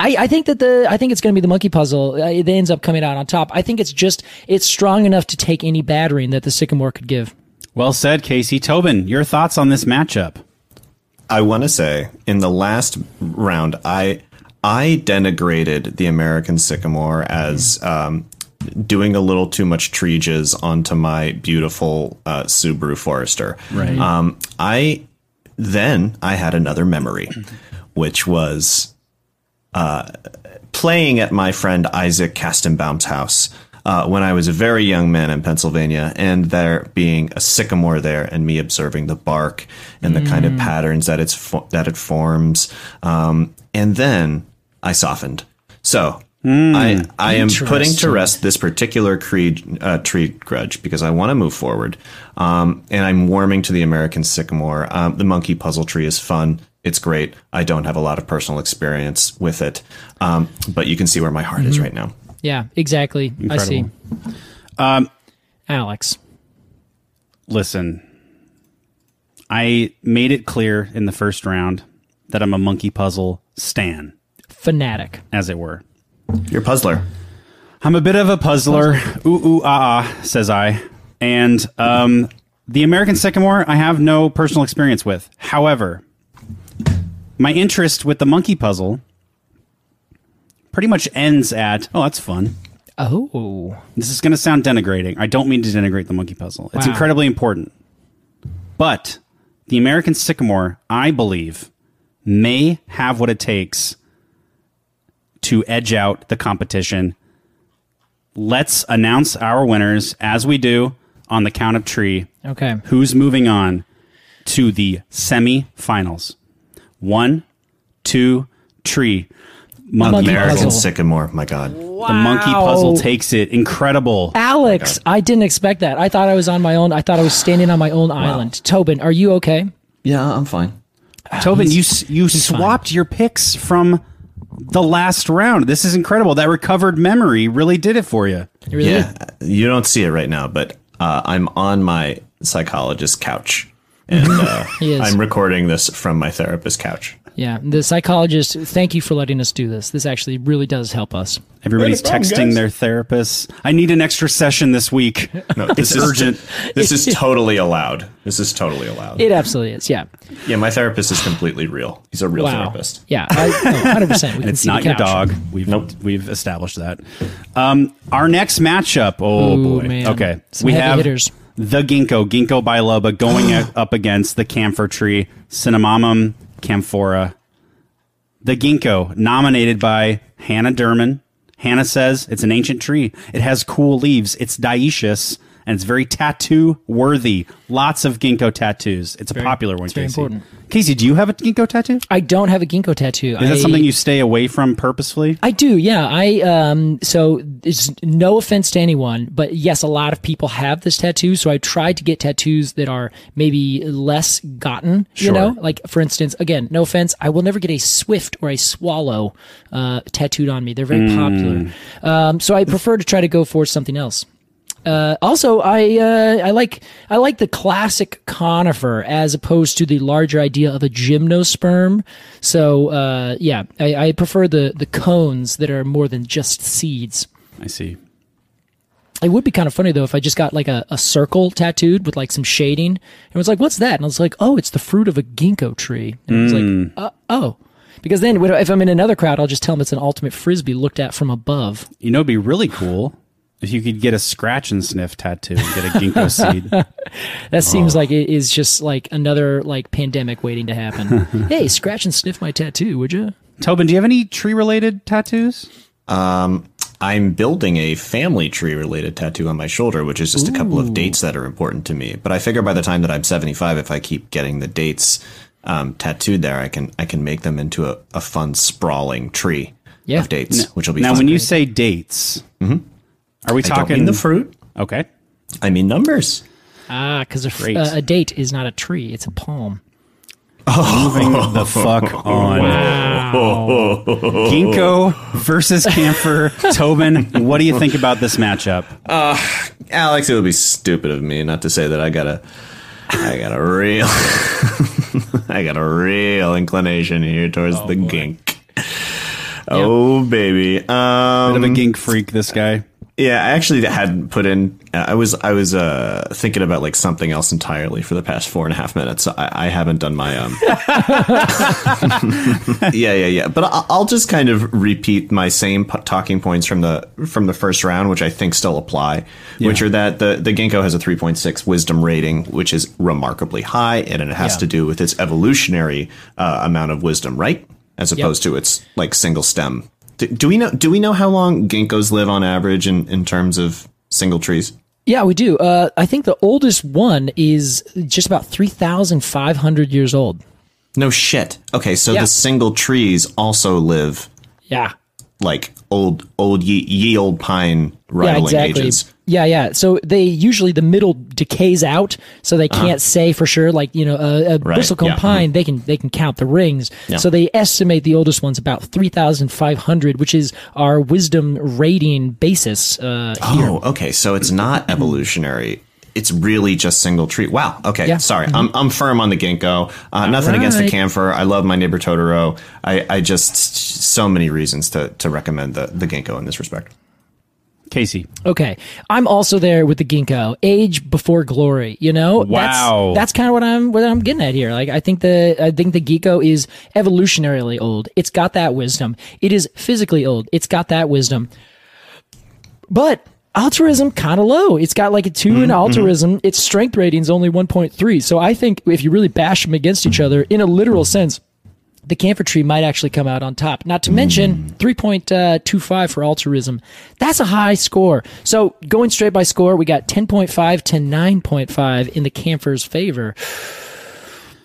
Speaker 2: I, I think that the I think it's going to be the monkey puzzle. Uh, It ends up coming out on top. I think it's just it's strong enough to take any battering that the sycamore could give.
Speaker 1: Well said, Casey. Tobin, your thoughts on this matchup?
Speaker 3: I want to say in the last round, I I denigrated the American sycamore as um, doing a little too much tree jizz onto my beautiful uh, Subaru Forester. Right. Um, I then I had another memory, which was playing at my friend Isaac Kastenbaum's house uh, when I was a very young man in Pennsylvania, and there being a sycamore there, and me observing the bark and the kind of patterns that it's fo- that it forms, um, and then I softened. So. I, I am putting to
Speaker 2: Interesting.
Speaker 3: rest this particular creed, uh, tree grudge because I want to move forward. Um, and I'm warming to the American sycamore. Um, the monkey puzzle tree is fun. It's great. I don't have a lot of personal experience with it, um, but you can see where my heart is right now.
Speaker 2: Yeah, exactly. I see. Um, Alex,
Speaker 1: Listen, I made it clear in the first round that I'm a monkey puzzle stan,
Speaker 2: Fanatic.
Speaker 1: as it were.
Speaker 3: You're a puzzler.
Speaker 1: I'm a bit of a puzzler. Ooh, ooh, ah, ah, says I. And um, the American Sycamore, I have no personal experience with. However, my interest with the monkey puzzle pretty much ends at, oh, that's fun.
Speaker 2: Oh.
Speaker 1: This is going to sound denigrating. I don't mean to denigrate the monkey puzzle. It's
Speaker 2: Wow.
Speaker 1: incredibly important. But the American Sycamore, I believe, may have what it takes to edge out the competition. Let's announce our winners as we do on the count of tree.
Speaker 2: Okay.
Speaker 1: Who's moving on to the semifinals? One, two, three.
Speaker 2: Monkey
Speaker 3: American
Speaker 2: puzzle.
Speaker 3: sycamore. My God.
Speaker 1: The monkey
Speaker 2: Wow.
Speaker 1: puzzle takes it. Incredible.
Speaker 2: Alex, I didn't expect that. I thought I was on my own. I thought I was standing on my own island. Tobin, are you okay?
Speaker 3: Yeah, I'm fine.
Speaker 1: Tobin, you s- you swapped your picks from the last round. This is incredible. That recovered memory really did it for you.
Speaker 2: You really?
Speaker 3: Yeah, you don't see it right now, but uh, I'm on my psychologist's couch, and uh,
Speaker 2: He is.
Speaker 3: I'm recording this from my therapist's couch.
Speaker 2: Yeah. The psychologist, thank you for letting us do this. This actually really does help us.
Speaker 1: Everybody's
Speaker 3: No problem,
Speaker 1: texting
Speaker 3: guys.
Speaker 1: their therapists. I need an extra session this week.
Speaker 3: No, this
Speaker 1: It's
Speaker 3: is
Speaker 1: urgent.
Speaker 3: This is totally allowed. This is totally allowed.
Speaker 2: It absolutely is. Yeah.
Speaker 3: yeah, my therapist is completely real. He's a real
Speaker 2: Wow.
Speaker 3: therapist.
Speaker 2: Yeah. I, oh, 100%. We can
Speaker 1: It's
Speaker 2: see the
Speaker 1: not your
Speaker 2: couch.
Speaker 1: dog. We've
Speaker 3: Nope.
Speaker 1: we've established that. Um, our next matchup. Oh
Speaker 2: Ooh,
Speaker 1: boy.
Speaker 2: man.
Speaker 1: Okay.
Speaker 2: Some
Speaker 1: we
Speaker 2: heavy
Speaker 1: have
Speaker 2: hitters.
Speaker 1: the ginkgo, ginkgo biloba, going a- up against the camphor tree, cinnamomum camphora. The ginkgo, nominated by Hannah Durman. Hannah says it's an ancient tree. It has cool leaves. It's dioecious and it's very tattoo worthy. Lots of ginkgo tattoos. It's a popular one,
Speaker 2: it's
Speaker 1: Casey.
Speaker 2: very important.
Speaker 1: Casey, do you have a ginkgo tattoo?
Speaker 2: I don't have a ginkgo tattoo.
Speaker 1: Is
Speaker 2: I,
Speaker 1: that something you stay away from purposefully?
Speaker 2: I do, yeah. I um so it's no offense to anyone, but yes, a lot of people have this tattoo, so I tried to get tattoos that are maybe less gotten, you
Speaker 1: Sure.
Speaker 2: know? Like for instance, again, no offense, I will never get a swift or a swallow uh tattooed on me. They're very popular. Um so I prefer to try to go for something else. Uh, also, I uh, I like I like the classic conifer as opposed to the larger idea of a gymnosperm. So uh, yeah, I, I prefer the the cones that are more than just seeds.
Speaker 1: I see.
Speaker 2: It would be kind of funny though if I just got like a, a circle tattooed with like some shading and was like, "What's that?" And I was like, "Oh, it's the fruit of a ginkgo tree." And I was like, uh, "Oh." Because then, when- if I'm in another crowd, I'll just tell them it's an ultimate frisbee looked at from above.
Speaker 1: You know, it'd be really cool if you could get a scratch and sniff tattoo and get a ginkgo seed.
Speaker 2: That seems like it is just like another like pandemic waiting to happen. hey, scratch and sniff my tattoo, would you?
Speaker 1: Tobin, do you have any tree related tattoos?
Speaker 3: I'm building a family tree related tattoo on my shoulder, which is just a couple of dates that are important to me. But I figure by the time that I'm 75, if I keep getting the dates um, tattooed there, I can I can make them into a, a fun sprawling tree
Speaker 2: Yeah.
Speaker 3: of dates, which will be
Speaker 1: Now,
Speaker 3: fun.
Speaker 1: when you say dates, are we
Speaker 3: Mm-hmm. I don't
Speaker 1: talking
Speaker 3: mean the fruit,
Speaker 1: Okay.
Speaker 3: I mean numbers.
Speaker 2: Ah, because a, fr-
Speaker 1: Great.
Speaker 2: uh, a date is not a tree; it's a palm.
Speaker 1: Moving the fuck on. Ginkgo versus Camphor. Tobin, what do you think about this matchup?
Speaker 3: Alex, it would be stupid of me not to say that I got a I got a real I got a real inclination here towards the gink. Oh baby. Um
Speaker 1: Bit of a gink freak, this guy.
Speaker 3: Yeah, I actually hadn't put in. I was I was uh, thinking about like something else entirely for the past four and a half minutes. So I, I haven't done my um. yeah, yeah, yeah. But I, I'll just kind of repeat my same p- talking points from the from the first round, which I think still apply, which are that the the ginkgo has a three point six wisdom rating, which is remarkably high, and it has
Speaker 2: Yeah.
Speaker 3: to do with its evolutionary uh, amount of wisdom, right? As opposed to its like single stem. Do, do we know? Do we know how long ginkgos live on average in, in terms of single trees?
Speaker 2: Yeah, we do. Uh, I think the oldest one is just about three thousand five hundred years old.
Speaker 3: No shit. Okay, so
Speaker 2: Yeah.
Speaker 3: the single trees also live
Speaker 2: Yeah,
Speaker 3: like old old ye, ye old pine
Speaker 2: yeah,
Speaker 3: rivaling
Speaker 2: exactly.
Speaker 3: ages.
Speaker 2: Yeah, yeah. So they usually the middle decays out, so they can't say for sure. Like you know, a, a
Speaker 3: Uh-huh. Right,
Speaker 2: bristlecone
Speaker 3: yeah, mhm.
Speaker 2: pine, they can they can count the rings. So they estimate the oldest one's about three thousand five hundred, which is our wisdom rating basis. Uh, Mm-hmm.
Speaker 3: Oh, okay. So it's not evolutionary. it's really just single tree. Wow. Okay.
Speaker 2: Yeah. Mm-hmm.
Speaker 3: Sorry. I'm, I'm firm on the ginkgo. Uh, nothing against the
Speaker 2: right.
Speaker 3: camphor. I love my neighbor Totoro. I, I just so many reasons to, to recommend the, the ginkgo in this respect.
Speaker 1: Casey.
Speaker 2: Okay. I'm also there with the ginkgo. Age before glory, you know?
Speaker 1: Wow.
Speaker 2: That's, that's kind of what I'm what I'm getting at here. Like I think the I think the ginkgo is evolutionarily old. It's got that wisdom. It is physically old. It's got that wisdom. But altruism kind of low. It's got like a 2 in altruism. Its strength rating's only 1.3. So I think if you really bash them against each other in a literal sense, the camphor tree might actually come out on top. Not to mention 3.25 for altruism. That's a high score. So going straight by score, we got 10.5 to 9.5 in the camphor's favor.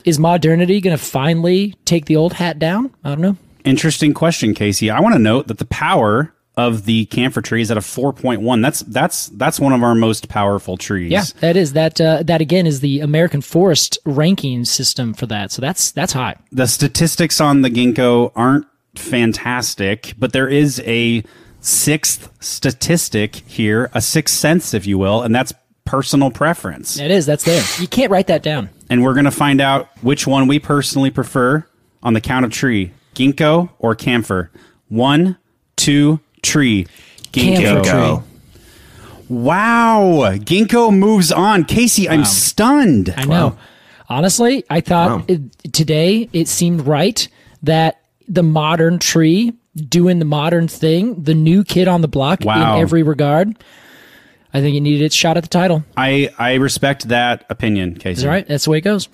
Speaker 2: Is modernity going to finally take the old hat down? I don't know.
Speaker 1: Interesting question, Casey. I want to note that the power of the camphor tree is at a 4.1. That's that's that's one of our most powerful trees.
Speaker 2: Yeah, that is that. Uh, that again is the American Forest ranking system for that. So that's that's high.
Speaker 1: the statistics on the ginkgo aren't fantastic, but there is a sixth statistic here, a sixth sense, if you will, and that's personal preference.
Speaker 2: It is. That's there. You can't write that down.
Speaker 1: And we're going to find out which one we personally prefer on the count of tree ginkgo or camphor. One, two, tree.
Speaker 2: Camphor tree.
Speaker 1: Wow. Ginkgo moves on. Casey, I'm stunned.
Speaker 2: I know. Honestly, I thought
Speaker 3: Wow.
Speaker 2: it, today it seemed right that the modern tree doing the modern thing, the new kid on the block
Speaker 1: Wow.
Speaker 2: in every regard. I think it needed its shot at the title.
Speaker 1: I, I respect that opinion, Casey.
Speaker 2: All right, that's the way it goes.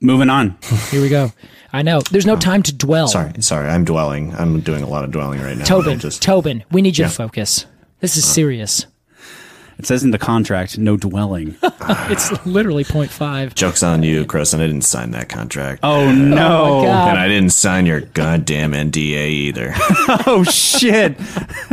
Speaker 1: Moving on.
Speaker 2: Here we go. I know. There's no time to dwell.
Speaker 3: Sorry. Sorry. I'm dwelling. I'm doing a lot of dwelling right now.
Speaker 2: Tobin.
Speaker 3: I'm Just, Uh.
Speaker 2: Tobin, we need you to focus. This is serious.
Speaker 1: It says in the contract, no dwelling.
Speaker 2: It's literally 0.5.
Speaker 3: Joke's on you, Chris, and I didn't sign that contract.
Speaker 1: Oh
Speaker 2: my
Speaker 1: no!
Speaker 2: God.
Speaker 3: And I didn't sign your goddamn NDA either.
Speaker 1: Oh shit!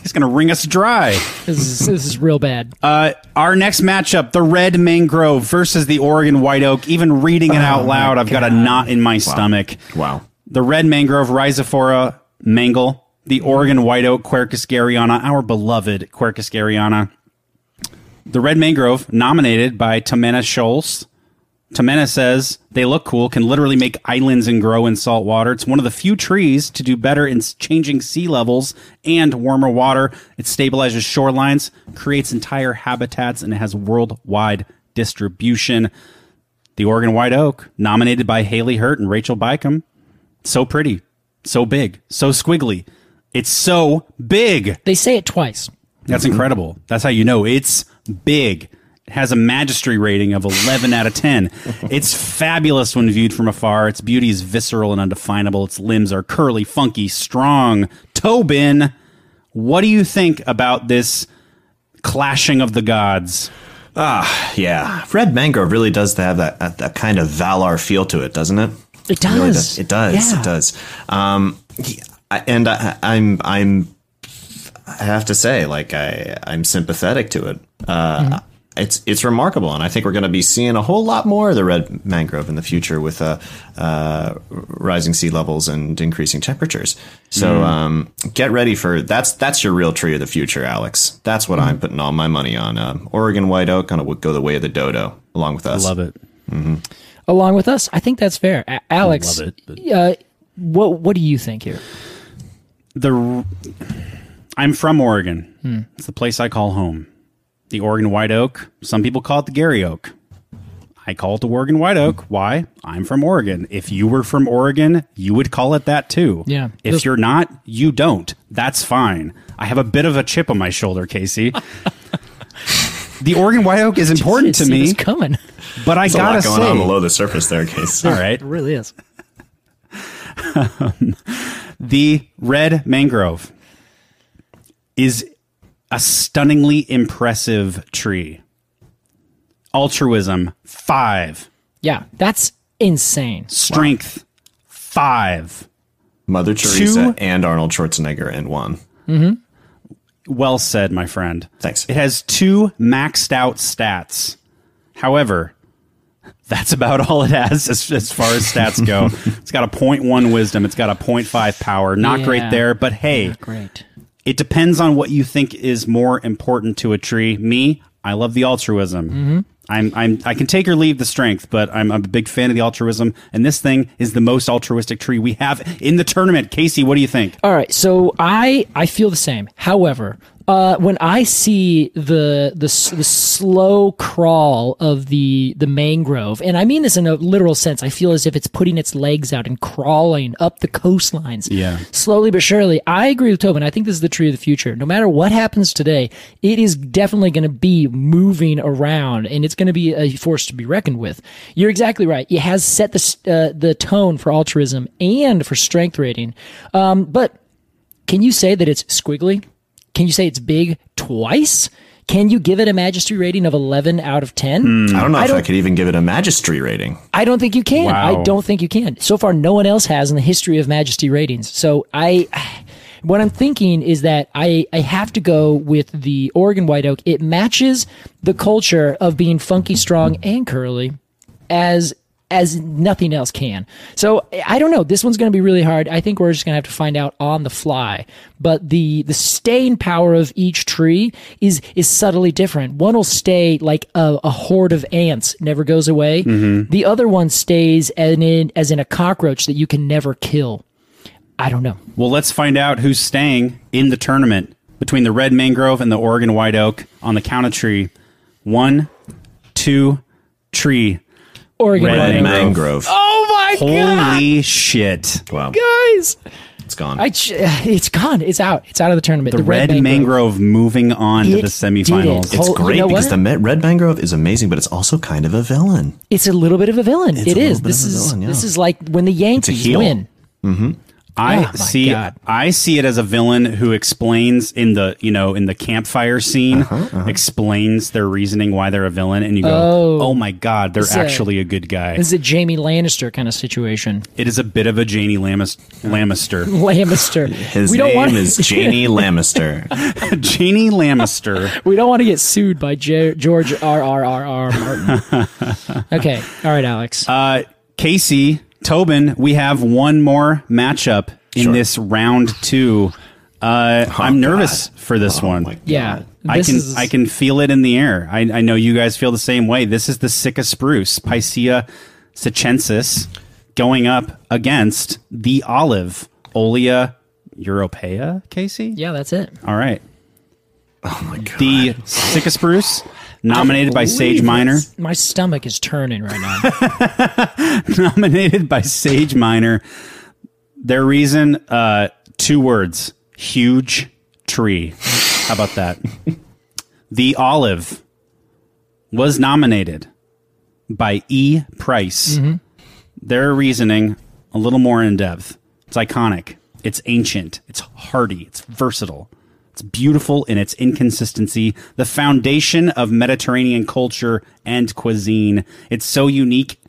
Speaker 1: He's gonna wring us dry.
Speaker 2: This is, this is real bad.
Speaker 1: Uh, our next matchup: the red mangrove versus the Oregon white oak. Even reading
Speaker 2: Oh
Speaker 1: it out loud, I've got a knot in my stomach.
Speaker 3: wow.
Speaker 1: The red mangrove rhizophora mangle, the Oregon white oak Quercus gariana, our beloved Quercus gariana. The red mangrove, nominated by Tamena Scholes. Tamena says they look cool, can literally make islands and grow in salt water. It's one of the few trees to do better in s- changing sea levels and warmer water. It stabilizes shorelines, creates entire habitats, and it has worldwide distribution. The Oregon White Oak, nominated by Haley Hurt and Rachel Bycom. So pretty, so big, so squiggly. It's so big.
Speaker 2: They say it twice.
Speaker 1: That's incredible. That's how you know it's big. It has a magistry rating of 11 out of 10. It's fabulous when viewed from afar. Its beauty is visceral and undefinable. Its limbs are curly, funky, strong. Tobin, what do you think about this clashing of the gods?
Speaker 3: Yeah. Red Mangrove really does have that, that, that kind of Valar feel to it, doesn't it?
Speaker 2: It does.
Speaker 3: really does. It does.
Speaker 2: Yeah.
Speaker 3: It does. Um, he- I- and I, I'm I'm I have to say, like I I'm sympathetic to it. Uh,
Speaker 1: Mm-hmm.
Speaker 3: It's it's remarkable, and I think we're going to be seeing a whole lot more of the red mangrove in the future with uh, uh, rising sea levels and increasing temperatures. So
Speaker 1: Mm.
Speaker 3: um, get ready for that's that's your real tree of the future, Alex. That's
Speaker 1: Mm-hmm.
Speaker 3: what I'm putting all my money on. Um, Oregon white oak going to go the way of the dodo along with us.
Speaker 1: Love it.
Speaker 2: along with us. I think that's fair. A- Alex,
Speaker 1: Love it, but-
Speaker 2: uh, what what do you think here?
Speaker 1: the I'm from Oregon.
Speaker 3: Hmm.
Speaker 1: It's the place I call home. The Oregon white oak. Some people call it the Gary oak. I call it the Oregon white oak. Why? I'm from Oregon. If you were from Oregon, you would call it that too.
Speaker 2: Yeah.
Speaker 1: If
Speaker 2: Those-
Speaker 1: you're not, you don't. That's fine. I have a bit of a chip on my shoulder, Casey. the Oregon white oak is important to
Speaker 2: See this
Speaker 1: me,
Speaker 2: coming.
Speaker 1: but I
Speaker 3: There's a
Speaker 1: gotta
Speaker 3: lot going on
Speaker 1: say,
Speaker 3: below the surface there, Case.
Speaker 1: all right,
Speaker 2: It really is.
Speaker 1: the red mangrove is a stunningly impressive tree. Altruism, five.
Speaker 2: Yeah, that's insane.
Speaker 1: Strength, five.
Speaker 3: Mother Teresa
Speaker 1: Two-
Speaker 3: and Arnold Schwarzenegger in one.
Speaker 1: Well said, my friend.
Speaker 3: Thanks.
Speaker 1: It has two maxed out stats. However, that's about all it has as, as far as stats go. it's got a 0.1 wisdom, it's got a 0.5 power. Not
Speaker 2: Yeah.
Speaker 1: great there, but hey,
Speaker 2: Great.
Speaker 1: it depends on what you think is more important to a tree. Me, I love the altruism. I'm, I'm, I can take or leave the strength, but I'm, I'm a big fan of the altruism. And this thing is the most altruistic tree we have in the tournament. Casey, what do you think?
Speaker 2: All right, so I I feel the same. However, uh, when I see the, the s- the slow crawl of the the mangrove, and I mean this in a literal sense, I feel as if it's putting its legs out and crawling up the coastlines.
Speaker 1: Yeah.
Speaker 2: slowly but surely. I agree with Tobin. I think this is the tree of the future. No matter what happens today, it is definitely going to be moving around, and it's going to be a force to be reckoned with. You're exactly right. It has set the s- uh, the tone for altruism and for strength rating. Um, but can you say that it's squiggly? Can you say it's big twice? Can you give it a majesty rating of 11 out of 10?
Speaker 3: I don't know if I could even give it a magistry rating.
Speaker 2: I don't think you can.
Speaker 1: Wow.
Speaker 2: I don't think you can. So far, no one else has in the history of Majesty ratings. So I, what I'm thinking is that I, I have to go with the Oregon White Oak. It matches the culture of being funky, strong, and curly as as nothing else can. So I don't know. This one's going to be really hard. I think we're just going to have to find out on the fly. But the the staying power of each tree is is subtly different. One will stay like a, a horde of ants, never goes away.
Speaker 1: Mm-hmm.
Speaker 2: The other one stays and in as in a cockroach that you can never kill. I don't know.
Speaker 1: Well, let's find out who's staying in the tournament between the red mangrove and the Oregon white oak on the count of tree. One, two, tree.
Speaker 2: Oregon
Speaker 1: Red
Speaker 2: White Oak.
Speaker 1: Mangrove.
Speaker 3: Mangrove.
Speaker 2: Oh my
Speaker 1: Holy shit.
Speaker 3: Wow,
Speaker 2: guys!
Speaker 3: it's gone.
Speaker 2: I ch- it's gone. It's out. It's out of the tournament.
Speaker 1: The red, mangrove. moving on to
Speaker 2: It
Speaker 1: the semifinals.
Speaker 2: did it. Oh,
Speaker 3: it's
Speaker 2: you
Speaker 3: great
Speaker 2: know
Speaker 3: because
Speaker 2: what?
Speaker 3: the Ma- red mangrove is amazing, but it's also kind of a villain.
Speaker 2: It's a little bit of a villain. It's
Speaker 3: a little bit
Speaker 2: This
Speaker 3: of a
Speaker 2: is
Speaker 3: villain, yeah.
Speaker 2: this is like when the Yankees
Speaker 1: heel.
Speaker 2: win.
Speaker 1: I
Speaker 2: Oh, my
Speaker 1: see.
Speaker 2: God.
Speaker 1: I see it as a villain who explains in the you know in the campfire scene
Speaker 2: Uh-huh,
Speaker 1: explains their reasoning why they're a villain, and you go,
Speaker 2: Oh.
Speaker 1: "Oh, my god, they're
Speaker 2: a-
Speaker 1: actually a good guy."
Speaker 2: This is a Jamie Lannister kind of situation.
Speaker 1: It is a bit of a Janie Lamis- Lamister.
Speaker 2: Lannister.
Speaker 3: His
Speaker 2: we don't
Speaker 3: name
Speaker 2: want
Speaker 3: is Janie Lamister.
Speaker 1: Janie Lamister.
Speaker 2: we don't want to get sued by J- George R R R R Martin. okay, all right, Alex.
Speaker 1: Uh, Casey Tobin. We have one more matchup in
Speaker 3: Sure.
Speaker 1: this round two. Uh,
Speaker 2: Oh
Speaker 1: I'm nervous for this one.
Speaker 3: my
Speaker 2: yeah,
Speaker 1: I
Speaker 2: this
Speaker 1: can
Speaker 2: is-
Speaker 1: I can feel it in the air. I, I know you guys feel the same way. This is the Sika spruce, Picea sichensis, going up against the olive, Olea europea. Casey,
Speaker 2: Yeah, that's it.
Speaker 1: all right.
Speaker 3: Oh my god.
Speaker 1: The Sika spruce, nominated by Sage Minor,
Speaker 2: My stomach is turning right now.
Speaker 1: nominated by Sage Minor. Their reason, uh, two words: huge tree. How about that? the olive was nominated by E. Price. Their reasoning, a little more in depth. It's iconic. It's ancient. It's hardy. It's versatile. It's beautiful in its inconsistency, the foundation of Mediterranean culture and cuisine. It's so unique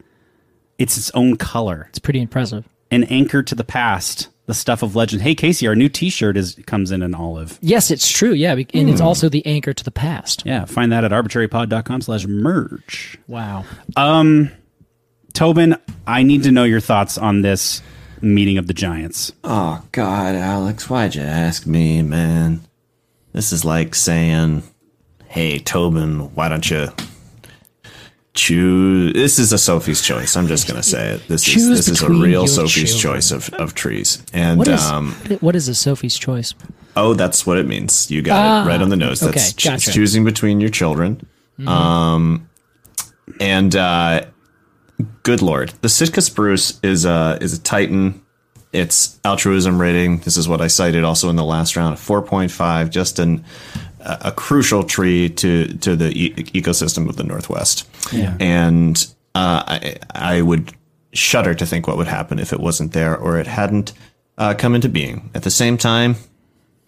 Speaker 1: it's its own color,
Speaker 2: it's pretty impressive.
Speaker 1: an anchor to the past, the stuff of legend. Hey Casey, our new T-shirt is comes in an olive.
Speaker 2: Yes, it's true. Yeah, be- and it's also the anchor to the past.
Speaker 1: Yeah, find that at arbitrarypod.com/merch.
Speaker 2: Wow.
Speaker 1: Tobin, I need to know your thoughts on this meeting of the giants.
Speaker 3: Oh God, Alex, why'd you ask me, man? This is like saying, "Hey, Tobin, why don't you choose?" This is a Sophie's choice. I'm just gonna say it. This
Speaker 2: Choose
Speaker 3: is this is a
Speaker 2: between your
Speaker 3: real Sophie's
Speaker 2: children.
Speaker 3: choice of, of trees. And
Speaker 2: What is
Speaker 3: um,
Speaker 2: what is a Sophie's choice?
Speaker 3: oh, that's what it means. You got it right on the nose.
Speaker 2: Ah, okay,
Speaker 3: That's ch-
Speaker 2: gotcha. Mm-hmm.
Speaker 3: choosing between your children. Um, and uh, good lord, the Sitka spruce is a is a titan. Its altruism rating. This is what I cited also in the last round, four point five. Just an a, a crucial tree to to the e- ecosystem of the Northwest. And uh, I I would shudder to think what would happen if it wasn't there or it hadn't uh, come into being. At the same time,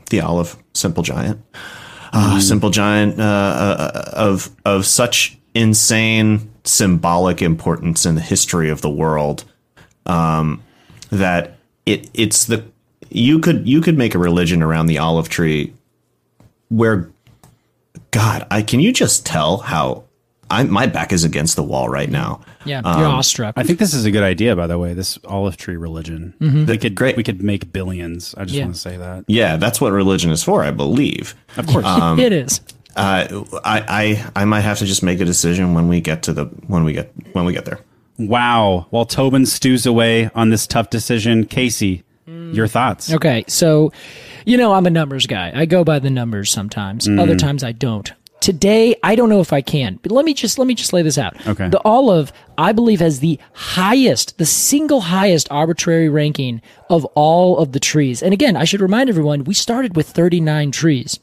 Speaker 3: the olive, simple giant,
Speaker 1: Mm.
Speaker 3: Ah, simple giant uh, uh, of of such insane symbolic importance in the history of the world um, that it it's the you could you could make a religion around the olive tree where God, I can you just tell how I my back is against the wall right now.
Speaker 2: Yeah, you're awestruck.
Speaker 1: I think this is a good idea, by the way. This olive tree religion. Mm. We could
Speaker 3: Great.
Speaker 1: we could make billions. I just
Speaker 2: Mm-hmm. Yeah.
Speaker 1: want to say that.
Speaker 3: Yeah, that's what religion is for, I believe.
Speaker 1: Of course.
Speaker 2: it is.
Speaker 3: uh, I, I I might have to just make a decision when we get to the when we get when we get there.
Speaker 1: Wow. While Tobin stews away on this tough decision, Casey, your thoughts?
Speaker 2: Mm. Okay, so you know I'm a numbers guy. I go by the numbers sometimes. Other times I don't. Today I don't know if I can. But let me just let me just lay this out.
Speaker 1: Okay.
Speaker 2: The olive I believe has the highest, the single highest arbitrary ranking of all of the trees. And again, I should remind everyone we started with 39 trees.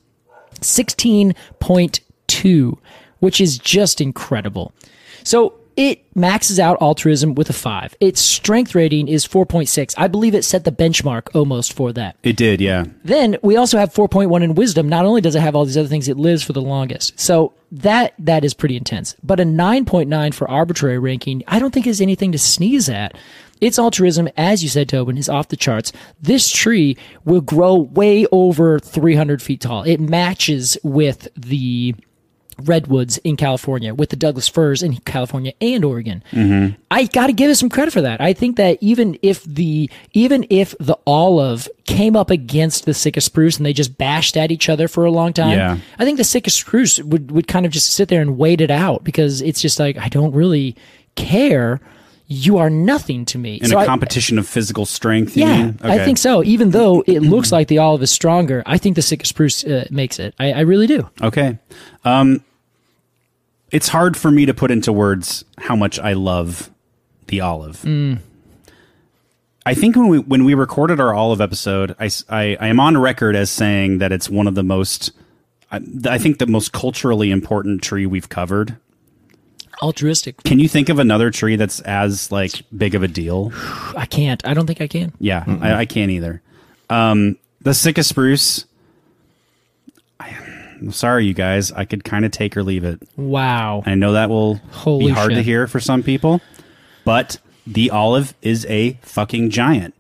Speaker 2: 16.2, which is just incredible. So it maxes out altruism with a 5. Its strength rating is 4.6. I believe it set the benchmark almost for that.
Speaker 1: It did, yeah.
Speaker 2: Then we also have 4.1 in wisdom. Not only does it have all these other things, it lives for the longest. So that that is pretty intense. But a 9.9 for arbitrary ranking, I don't think is anything to sneeze at. Its altruism, as you said, Tobin, is off the charts. This tree will grow way over 300 feet tall. It matches with the redwoods in California with the Douglas firs in California and Oregon.
Speaker 1: Mm-hmm.
Speaker 2: I got to give it some credit for that. I think that even if the even if the olive came up against the Sitka spruce and they just bashed at each other for a long time,
Speaker 1: Yeah.
Speaker 2: I think the Sitka spruce would would kind of just sit there and wait it out because it's just like I don't really care. You are nothing to me.
Speaker 1: In
Speaker 2: So
Speaker 1: a Mm-hmm.
Speaker 2: I-
Speaker 1: competition of physical strength, you
Speaker 2: yeah,
Speaker 1: mean?
Speaker 2: I think so. Even though it looks like the olive is stronger, I think the Sitka spruce uh, makes it. I, I really do.
Speaker 1: Okay. Um, it's hard for me to put into words how much I love the olive. I think when we when we recorded our olive episode, I, s- I- I am on record as saying that it's one of the most, I, I think the most culturally important tree we've covered.
Speaker 2: Altruistic.
Speaker 1: Can you think of another tree that's as like big of a deal?
Speaker 2: I can't. I don't think I can.
Speaker 1: Yeah, I, I can't either. Um, the Sitka spruce. I, am sorry, you guys. I could kind of take or leave it.
Speaker 2: Wow.
Speaker 1: I know that will
Speaker 2: Holy
Speaker 1: be hard to
Speaker 2: shit.
Speaker 1: hear for some people, but the olive is a fucking giant.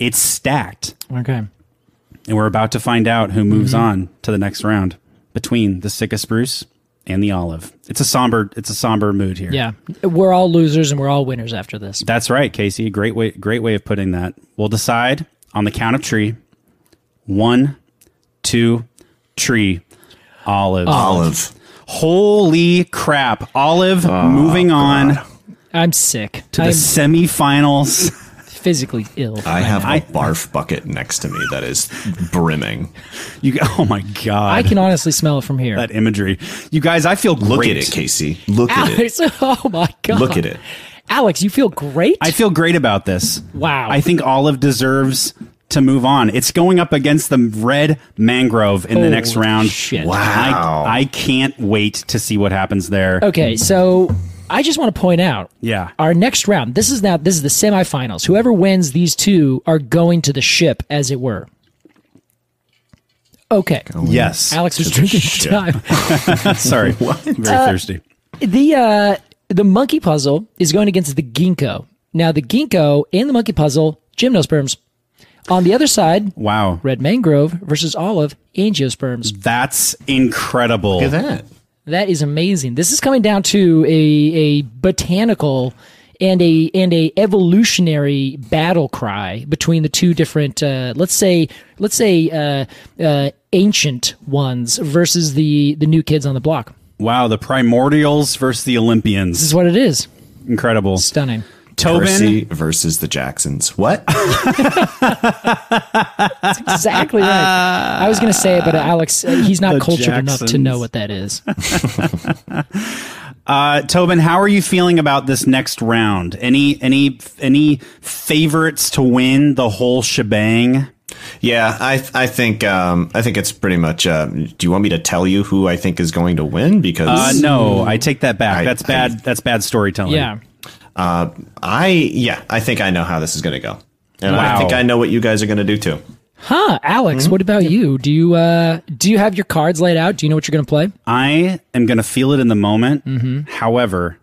Speaker 1: It's stacked,
Speaker 2: Okay.
Speaker 1: and we're about to find out who moves
Speaker 2: Mm-hmm.
Speaker 1: on to the next round between the Sitka spruce and the olive. It's a somber. It's a somber mood here.
Speaker 2: Yeah. We're all losers and we're all winners after this.
Speaker 1: That's right, Casey. Great way, great way of putting that. We'll decide on the count of tree. One, two, tree. Olive.
Speaker 2: Oh.
Speaker 3: Olive.
Speaker 1: Holy crap! Olive moving on
Speaker 2: I'm sick.
Speaker 1: to the
Speaker 2: I'm
Speaker 1: semifinals.
Speaker 2: physically ill.
Speaker 3: I have
Speaker 1: I-
Speaker 3: a barf bucket next to me that is brimming.
Speaker 1: You, oh my god!
Speaker 2: I can honestly smell it from here.
Speaker 1: that imagery. You guys, I feel great.
Speaker 3: Look at it, Casey. Look at it.
Speaker 2: Alex, oh my god.
Speaker 3: Look at it.
Speaker 2: Alex, you feel great?
Speaker 1: I feel great about this.
Speaker 2: Wow.
Speaker 1: I think Olive deserves to move on. It's going up against the red mangrove in the
Speaker 2: Holy
Speaker 1: next round.
Speaker 2: shit.
Speaker 3: Wow.
Speaker 1: I, I can't wait to see what happens there.
Speaker 2: okay, so I just want to point out
Speaker 1: Yeah.
Speaker 2: our next round. This is now this is the semifinals. Whoever wins these two are going to the ship as it were. Okay.
Speaker 1: Yes.
Speaker 2: Alex was drinking time.
Speaker 1: Sorry. Very thirsty.
Speaker 2: the uh, the monkey puzzle is going against the ginkgo. Now the ginkgo and the monkey puzzle gymnosperms. On the other side,
Speaker 1: Wow.
Speaker 2: red mangrove versus olive angiosperms.
Speaker 1: That's incredible.
Speaker 3: Look at that.
Speaker 2: That is amazing. This is coming down to a a botanical and a and a evolutionary battle cry between the two different uh, let's say let's say uh, uh, ancient ones versus the the new kids on the block.
Speaker 1: Wow. The primordials versus the
Speaker 2: This
Speaker 1: Olympians.
Speaker 2: is what it is.
Speaker 1: Incredible.
Speaker 2: Stunning.
Speaker 1: Tobin.
Speaker 3: Percy versus the Jacksons. What?
Speaker 2: exactly right. I was going to say it, but uh, Alex, uh, he's not
Speaker 1: The
Speaker 2: cultured enough to
Speaker 1: Jacksons.
Speaker 2: know what that is.
Speaker 1: Uh, Tobin, how are you feeling about this next round? Any any any favorites to win the whole shebang?
Speaker 3: Yeah, I I think um, I think it's pretty much. Uh, do you want me to tell you who I think is going to win? Because
Speaker 1: Uh, no, I take that back.
Speaker 3: I-
Speaker 1: that's bad. that's bad storytelling.
Speaker 2: Yeah.
Speaker 3: Uh, I yeah, I think I know how this is going to go, and
Speaker 1: Wow.
Speaker 3: I think I know what you guys are going to do too.
Speaker 2: Huh, Alex,
Speaker 1: Hmm?
Speaker 2: what about you? Do you uh do you have your cards laid out? Do you know what you're going to play?
Speaker 1: I am gonna feel it in the moment.
Speaker 2: Mm-hmm.
Speaker 1: However,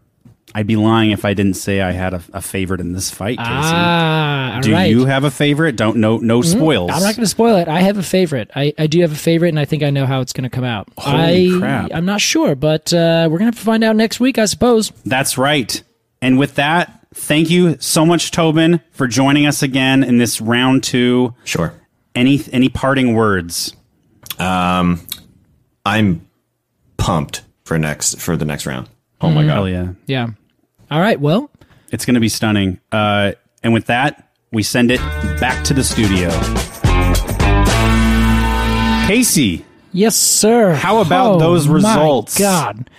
Speaker 1: I'd be lying if I didn't say I had a, a favorite in this fight. Casey,
Speaker 2: Ah, all
Speaker 1: do
Speaker 2: right. Mm-hmm.
Speaker 1: you have a favorite? Don't no no spoils.
Speaker 2: I'm not going to spoil it. I have a favorite. I, I do have a favorite, and I think I know how it's going to come out.
Speaker 1: Holy
Speaker 2: I,
Speaker 1: crap.
Speaker 2: I'm not sure, but uh, we're going to have to find out next week, I suppose.
Speaker 1: That's right. And with that, thank you so much, Tobin, for joining us again in this round two.
Speaker 3: Sure.
Speaker 1: Any any parting words?
Speaker 3: I'm pumped for next for the next round.
Speaker 1: Oh
Speaker 2: Mm.
Speaker 1: my god! Hell yeah!
Speaker 2: Yeah. All right. Well,
Speaker 1: It's going to be stunning. Uh, and with that, we send it back to the studio. Casey,
Speaker 2: yes, sir.
Speaker 1: How about
Speaker 2: Oh,
Speaker 1: those
Speaker 2: my
Speaker 1: results?
Speaker 2: God,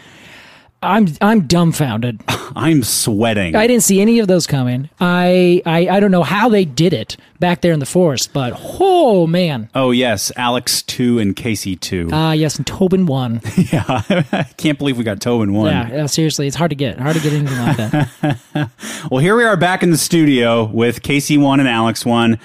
Speaker 2: I'm I'm dumbfounded.
Speaker 1: I'm sweating.
Speaker 2: I didn't see any of those coming. I, I I don't know how they did it back there in the forest, but oh man.
Speaker 1: oh yes, Alex two and Casey two.
Speaker 2: Ah, yes, and Tobin won.
Speaker 1: yeah, I can't believe we got Toe in one.
Speaker 2: Yeah, yeah, seriously, it's hard to get, hard to get anything like that.
Speaker 1: Well, here we are back in the studio with Casey one and Alex one.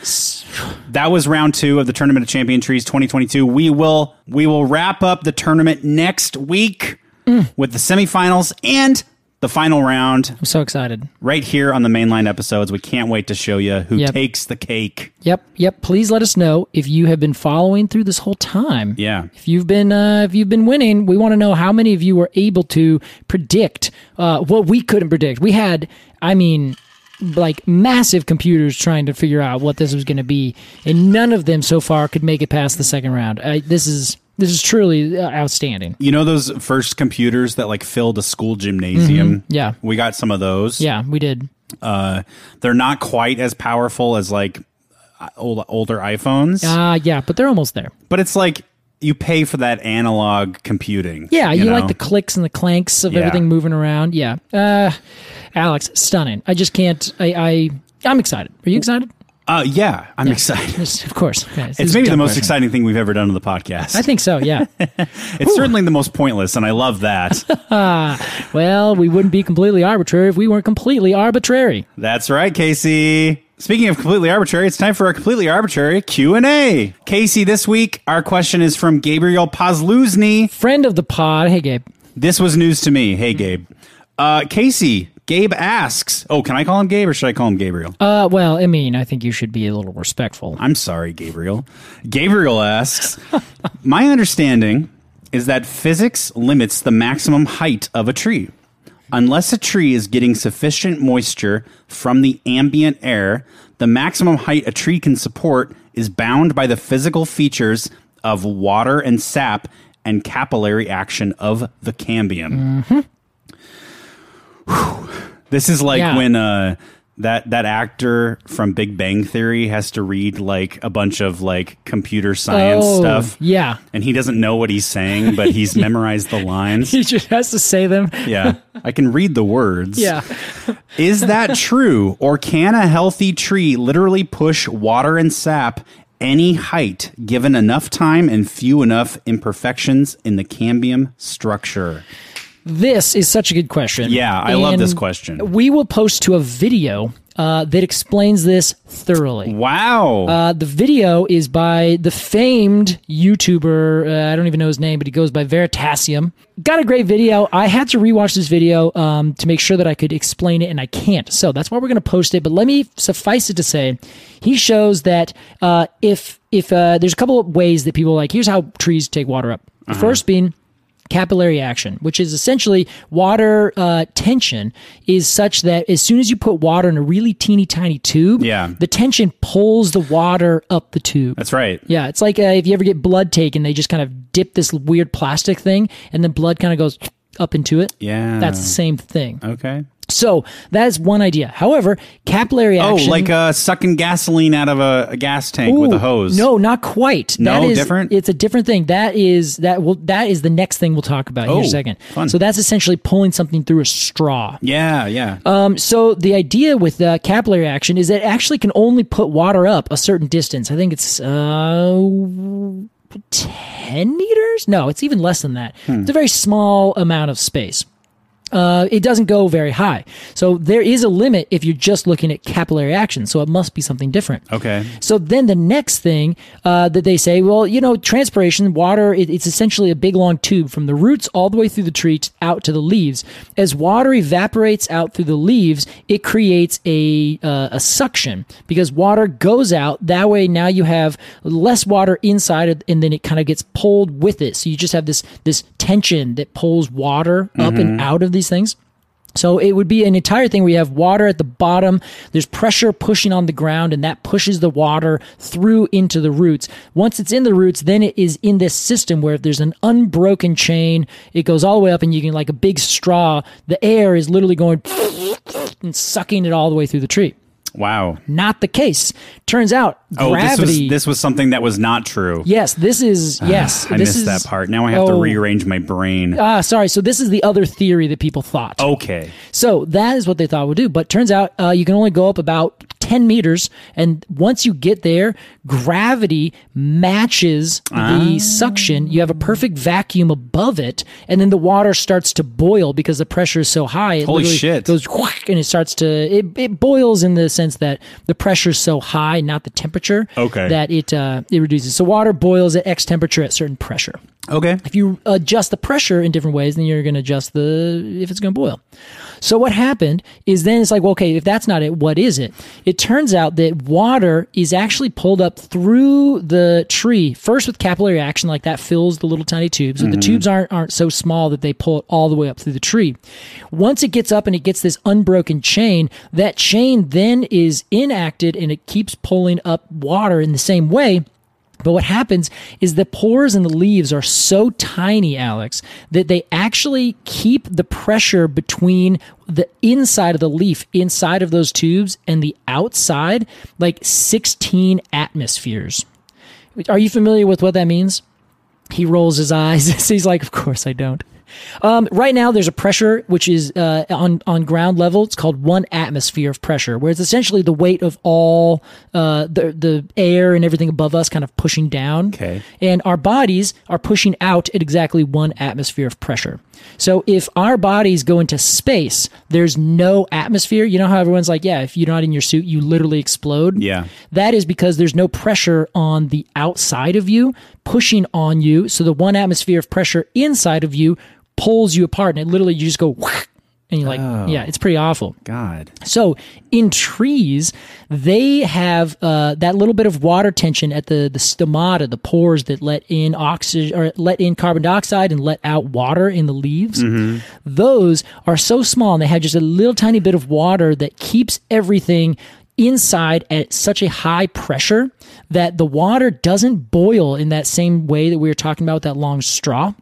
Speaker 1: That was round two of the Tournament of Champion Trees 2022. We will we will wrap up the tournament next week
Speaker 2: Mm.
Speaker 1: with the semifinals and the final round
Speaker 2: I'm so excited.
Speaker 1: right here on the mainline episodes. We can't wait to show you who
Speaker 2: Yep.
Speaker 1: takes the cake.
Speaker 2: Yep, yep. Please let us know if you have been following through this whole time.
Speaker 1: Yeah.
Speaker 2: If you've been uh, if you've been winning, we want to know how many of you were able to predict uh, what we couldn't predict. We had, I mean, like massive computers trying to figure out what this was going to be, and none of them so far could make it past the second round. I, this is this is truly uh, outstanding.
Speaker 1: You know those first computers that like filled a school gymnasium?
Speaker 2: Mm-hmm. Yeah.
Speaker 1: We got some of those.
Speaker 2: Yeah, we did.
Speaker 1: Uh, they're not quite as powerful as like uh, old, older iPhones,
Speaker 2: Uh, yeah, but they're almost there.
Speaker 1: but it's like you pay for that analog computing.
Speaker 2: Yeah, you, like
Speaker 1: know?
Speaker 2: the clicks and the clanks of
Speaker 1: Yeah.
Speaker 2: everything moving around. Yeah. Uh, Alex, stunning. I just can't. I, I I'm excited. Are you excited?
Speaker 1: Uh, yeah, I'm excited.
Speaker 2: Yes, of course. Okay, this
Speaker 1: It's
Speaker 2: is
Speaker 1: maybe
Speaker 2: a
Speaker 1: the
Speaker 2: dumb
Speaker 1: most
Speaker 2: question.
Speaker 1: exciting thing we've ever done on the podcast.
Speaker 2: I think so. Yeah.
Speaker 1: it's certainly the most pointless, and I love that.
Speaker 2: well, we wouldn't be completely arbitrary if we weren't completely arbitrary.
Speaker 1: That's right, Casey. Speaking of completely arbitrary, it's time for our completely arbitrary Q&A. Casey, this week our question is from Gabriel Pozluzny.
Speaker 2: Friend of the pod. Hey, Gabe.
Speaker 1: This was news to me. Hey, Gabe. Uh, Casey, Gabe asks, oh, can I call him Gabe or should I call him Gabriel?
Speaker 2: Uh, well, I mean, I think you should be a little respectful.
Speaker 1: I'm sorry, Gabriel. Gabriel asks, my understanding is that physics limits the maximum height of a tree. Unless a tree is getting sufficient moisture from the ambient air, the maximum height a tree can support is bound by the physical features of water and sap and capillary action of the cambium.
Speaker 2: Mm-hmm.
Speaker 1: Whew. This is like
Speaker 2: Yeah.
Speaker 1: when uh, that that actor from Big Bang Theory has to read like a bunch of like computer science
Speaker 2: Oh,
Speaker 1: stuff.
Speaker 2: Yeah.
Speaker 1: And he doesn't know what he's saying, but he's memorized the lines.
Speaker 2: He just has to say them.
Speaker 1: Yeah. I can read the words.
Speaker 2: Yeah.
Speaker 1: Is that true? Or can a healthy tree literally push water and sap any height given enough time and few enough imperfections in the cambium structure?
Speaker 2: This is such a good question.
Speaker 1: Yeah, I love this
Speaker 2: And
Speaker 1: question.
Speaker 2: We will post to a video uh, that explains this thoroughly.
Speaker 1: Wow.
Speaker 2: Uh, the video is by the famed YouTuber. Uh, I don't even know his name, but he goes by Veritasium. Got a great video. I had to rewatch this video um, to make sure that I could explain it, and I can't. So that's why we're going to post it. But let me suffice it to say, he shows that uh, if if uh, there's a couple of ways that people like here's how trees take water up. The first being capillary action, which is essentially water uh, tension, is such that as soon as you put water in a really teeny tiny tube,
Speaker 1: Yeah.
Speaker 2: the tension pulls the water up the tube.
Speaker 1: That's right.
Speaker 2: yeah, it's like uh, if you ever get blood taken, they just kind of dip this weird plastic thing, and then blood kind of goes up into it.
Speaker 1: Yeah.
Speaker 2: That's the same thing.
Speaker 1: Okay.
Speaker 2: So that is one idea. However, capillary
Speaker 1: Oh,
Speaker 2: action.
Speaker 1: like uh, sucking gasoline out of a, a gas tank with a
Speaker 2: Ooh,
Speaker 1: hose.
Speaker 2: No, not quite.
Speaker 1: No,
Speaker 2: that is,
Speaker 1: different?
Speaker 2: It's a different thing. That is that will that is the next thing we'll talk about here in
Speaker 1: Oh,
Speaker 2: a second.
Speaker 1: fun.
Speaker 2: So that's essentially pulling something through a straw.
Speaker 1: Yeah, yeah.
Speaker 2: Um, so the idea with uh, capillary action is that it actually can only put water up a certain distance. I think it's uh, ten meters. No, it's even less than that. It's a very small amount of space. Uh, it doesn't go very high. So there is a limit if you're just looking at capillary action. So it must be something different.
Speaker 1: okay.
Speaker 2: So then the next thing uh, that they say, well, you know, transpiration, water, it, it's essentially a big long tube from the roots all the way through the tree t- out to the leaves. As water evaporates out through the leaves, it creates a uh, a suction because water goes out. That way, now you have less water inside, of- and then it kind of gets pulled with it. So you just have this this tension that pulls water up and out of these things. So it would be an entire thing where you have water at the bottom, there's pressure pushing on the ground, and that pushes the water through into the roots. Once it's in the roots, then it is in this system where if there's an unbroken chain, it goes all the way up, and you can, like a big straw, the air is literally going and sucking it all the way through the tree.
Speaker 1: Wow.
Speaker 2: Not the case. Turns out
Speaker 1: Oh,
Speaker 2: gravity.
Speaker 1: this was this was something that was not true.
Speaker 2: yes, this is yes.
Speaker 1: I
Speaker 2: this
Speaker 1: missed
Speaker 2: is-
Speaker 1: that part. Now I have to
Speaker 2: oh,
Speaker 1: rearrange my brain.
Speaker 2: Ah, sorry. So this is the other theory that people thought.
Speaker 1: okay.
Speaker 2: So that is what they thought would do. But turns out uh, you can only go up about 10 meters. And once you get there, gravity matches
Speaker 1: Ah.
Speaker 2: the suction. You have a perfect vacuum above it. And then the water starts to boil because the pressure is so high. It
Speaker 1: Holy
Speaker 2: literally
Speaker 1: shit.
Speaker 2: goes whack and it starts to, it, it boils in the sense that the pressure is so high, not the temperature,
Speaker 1: Okay.
Speaker 2: that it, uh, it reduces. So water boils at X temperature at certain pressure
Speaker 1: Okay.
Speaker 2: if you adjust the pressure in different ways, then you're going to adjust the if it's going to boil. So what happened is then it's like, well, okay, if that's not it, what is it? It turns out that water is actually pulled up through the tree first with capillary action, like that fills the little tiny tubes. So the tubes aren't aren't so small that they pull it all the way up through the tree. Once it gets up and it gets this unbroken chain, that chain then is inacted and it keeps pulling up water in the same way. But what happens is the pores in the leaves are so tiny, Alex, that they actually keep the pressure between the inside of the leaf, inside of those tubes, and the outside, like 16 atmospheres. Are you familiar with what that means? He rolls his eyes. He's like, Of course I don't. Um, right now, there's a pressure which is uh, on on ground level. It's called one atmosphere of pressure, where it's essentially the weight of all uh, the the air and everything above us kind of pushing down.
Speaker 1: Okay.
Speaker 2: And our bodies are pushing out at exactly one atmosphere of pressure. So if our bodies go into space, there's no atmosphere. You know how everyone's like, yeah, if you're not in your suit, you literally explode.
Speaker 1: Yeah.
Speaker 2: That is because there's no pressure on the outside of you pushing on you. So the one atmosphere of pressure inside of you pulls you apart, and it literally you just go. whack, And you're like, yeah, it's pretty awful.
Speaker 1: God.
Speaker 2: So in trees, they have uh, that little bit of water tension at the the stomata, the pores that let in oxygen or let in carbon dioxide and let out water in the leaves. Those are so small, and they have just a little tiny bit of water that keeps everything inside at such a high pressure that the water doesn't boil in that same way that we were talking about with that long straw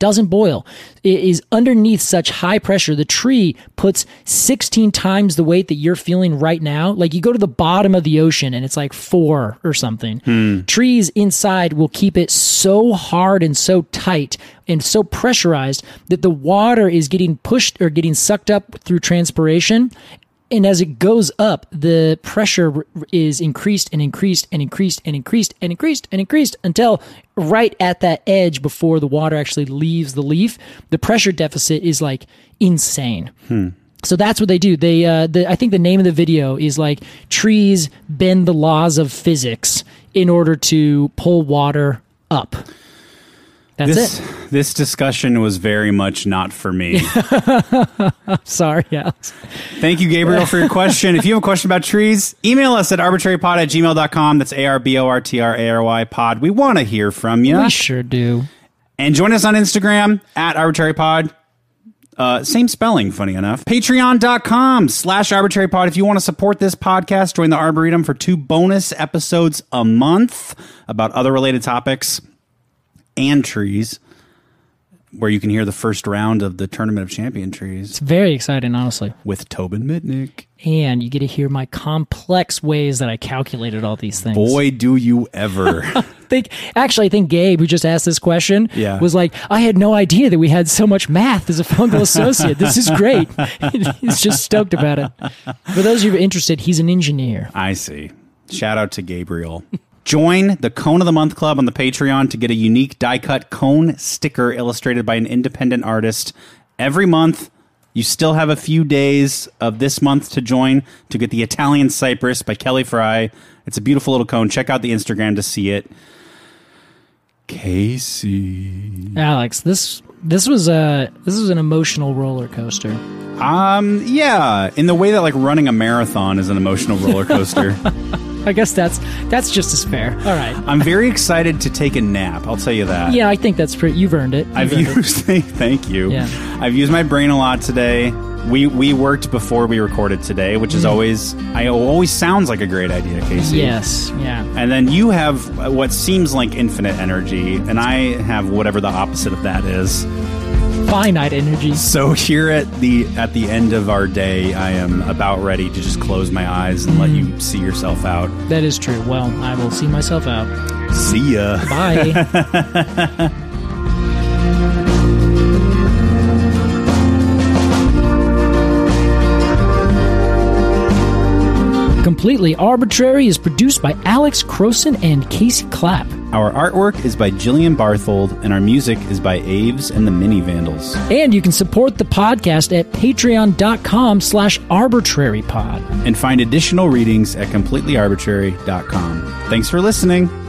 Speaker 2: doesn't boil. It is underneath such high pressure. The tree puts 16 times the weight that you're feeling right now. Like you go to the bottom of the ocean and it's like four or something. Trees inside will keep it so hard and so tight and so pressurized that the water is getting pushed or getting sucked up through transpiration. And as it goes up, the pressure r- is increased and increased and increased and increased and increased and increased until right at that edge before the water actually leaves the leaf, the pressure deficit is like insane. So that's what they do. They, uh, the, I think the name of the video is like trees bend the laws of physics in order to pull water up. That's
Speaker 1: This
Speaker 2: it.
Speaker 1: this discussion was very much not for me.
Speaker 2: Sorry, Alex.
Speaker 1: Thank you, Gabriel, for your question. if you have a question about trees, email us at arbitrarypod at gmail.com. That's A R B O R T R A R Y pod. We want to hear from you.
Speaker 2: We sure do.
Speaker 1: And join us on Instagram at arbitrarypod. Uh, same spelling, funny enough. Patreon.com slash arbitrarypod. If you want to support this podcast, join the Arboretum for two bonus episodes a month about other related topics and trees, where you can hear the first round of the Tournament of Champion Trees
Speaker 2: Very exciting, honestly.
Speaker 1: with Tobin Mitnick.
Speaker 2: and you get to hear my complex ways that I calculated all these things.
Speaker 1: Boy, do you ever.
Speaker 2: think actually, I think Gabe, who just asked this question,
Speaker 1: Yeah.
Speaker 2: was like, "I had no idea that we had so much math as a fungal associate. This is great." he's just stoked about it. For those of you who are interested, he's an engineer.
Speaker 1: I see. Shout out to Gabriel. Join the Cone of the Month Club on the Patreon to get a unique die cut cone sticker illustrated by an independent artist every month. You still have a few days of this month to join to get the Italian Cypress by Kelly Fry. It's a beautiful little cone. Check out the Instagram to see it. Casey.
Speaker 2: Alex, this this was a this was an emotional roller coaster.
Speaker 1: Um, yeah, in the way that like running a marathon is an emotional roller coaster.
Speaker 2: I guess that's that's just as fair. All right.
Speaker 1: I'm very excited to take a nap. I'll tell you that.
Speaker 2: Yeah, I think that's pretty. You've earned it. You've
Speaker 1: I've
Speaker 2: earned it.
Speaker 1: used thank you.
Speaker 2: Yeah.
Speaker 1: I've used my brain a lot today. We we worked before we recorded today, which is always I always sounds like a great idea, Casey.
Speaker 2: Yes. Mm. Yeah.
Speaker 1: And then you have what seems like infinite energy, and I have whatever the opposite of that is.
Speaker 2: Finite energy.
Speaker 1: So here at the at the end of our day, I am about ready to just close my eyes and let
Speaker 2: Mm.
Speaker 1: you see yourself out.
Speaker 2: That is true. Well, I will see myself out.
Speaker 1: See ya.
Speaker 2: Bye. Completely Arbitrary is produced by Alex Croson and Casey Clapp.
Speaker 1: Our artwork is by Jillian Barthold, and our music is by Aves and the Mini Vandals.
Speaker 2: And you can support the podcast at patreon.com slash arbitrarypod.
Speaker 1: And find additional readings at completelyarbitrary.com. Thanks for listening.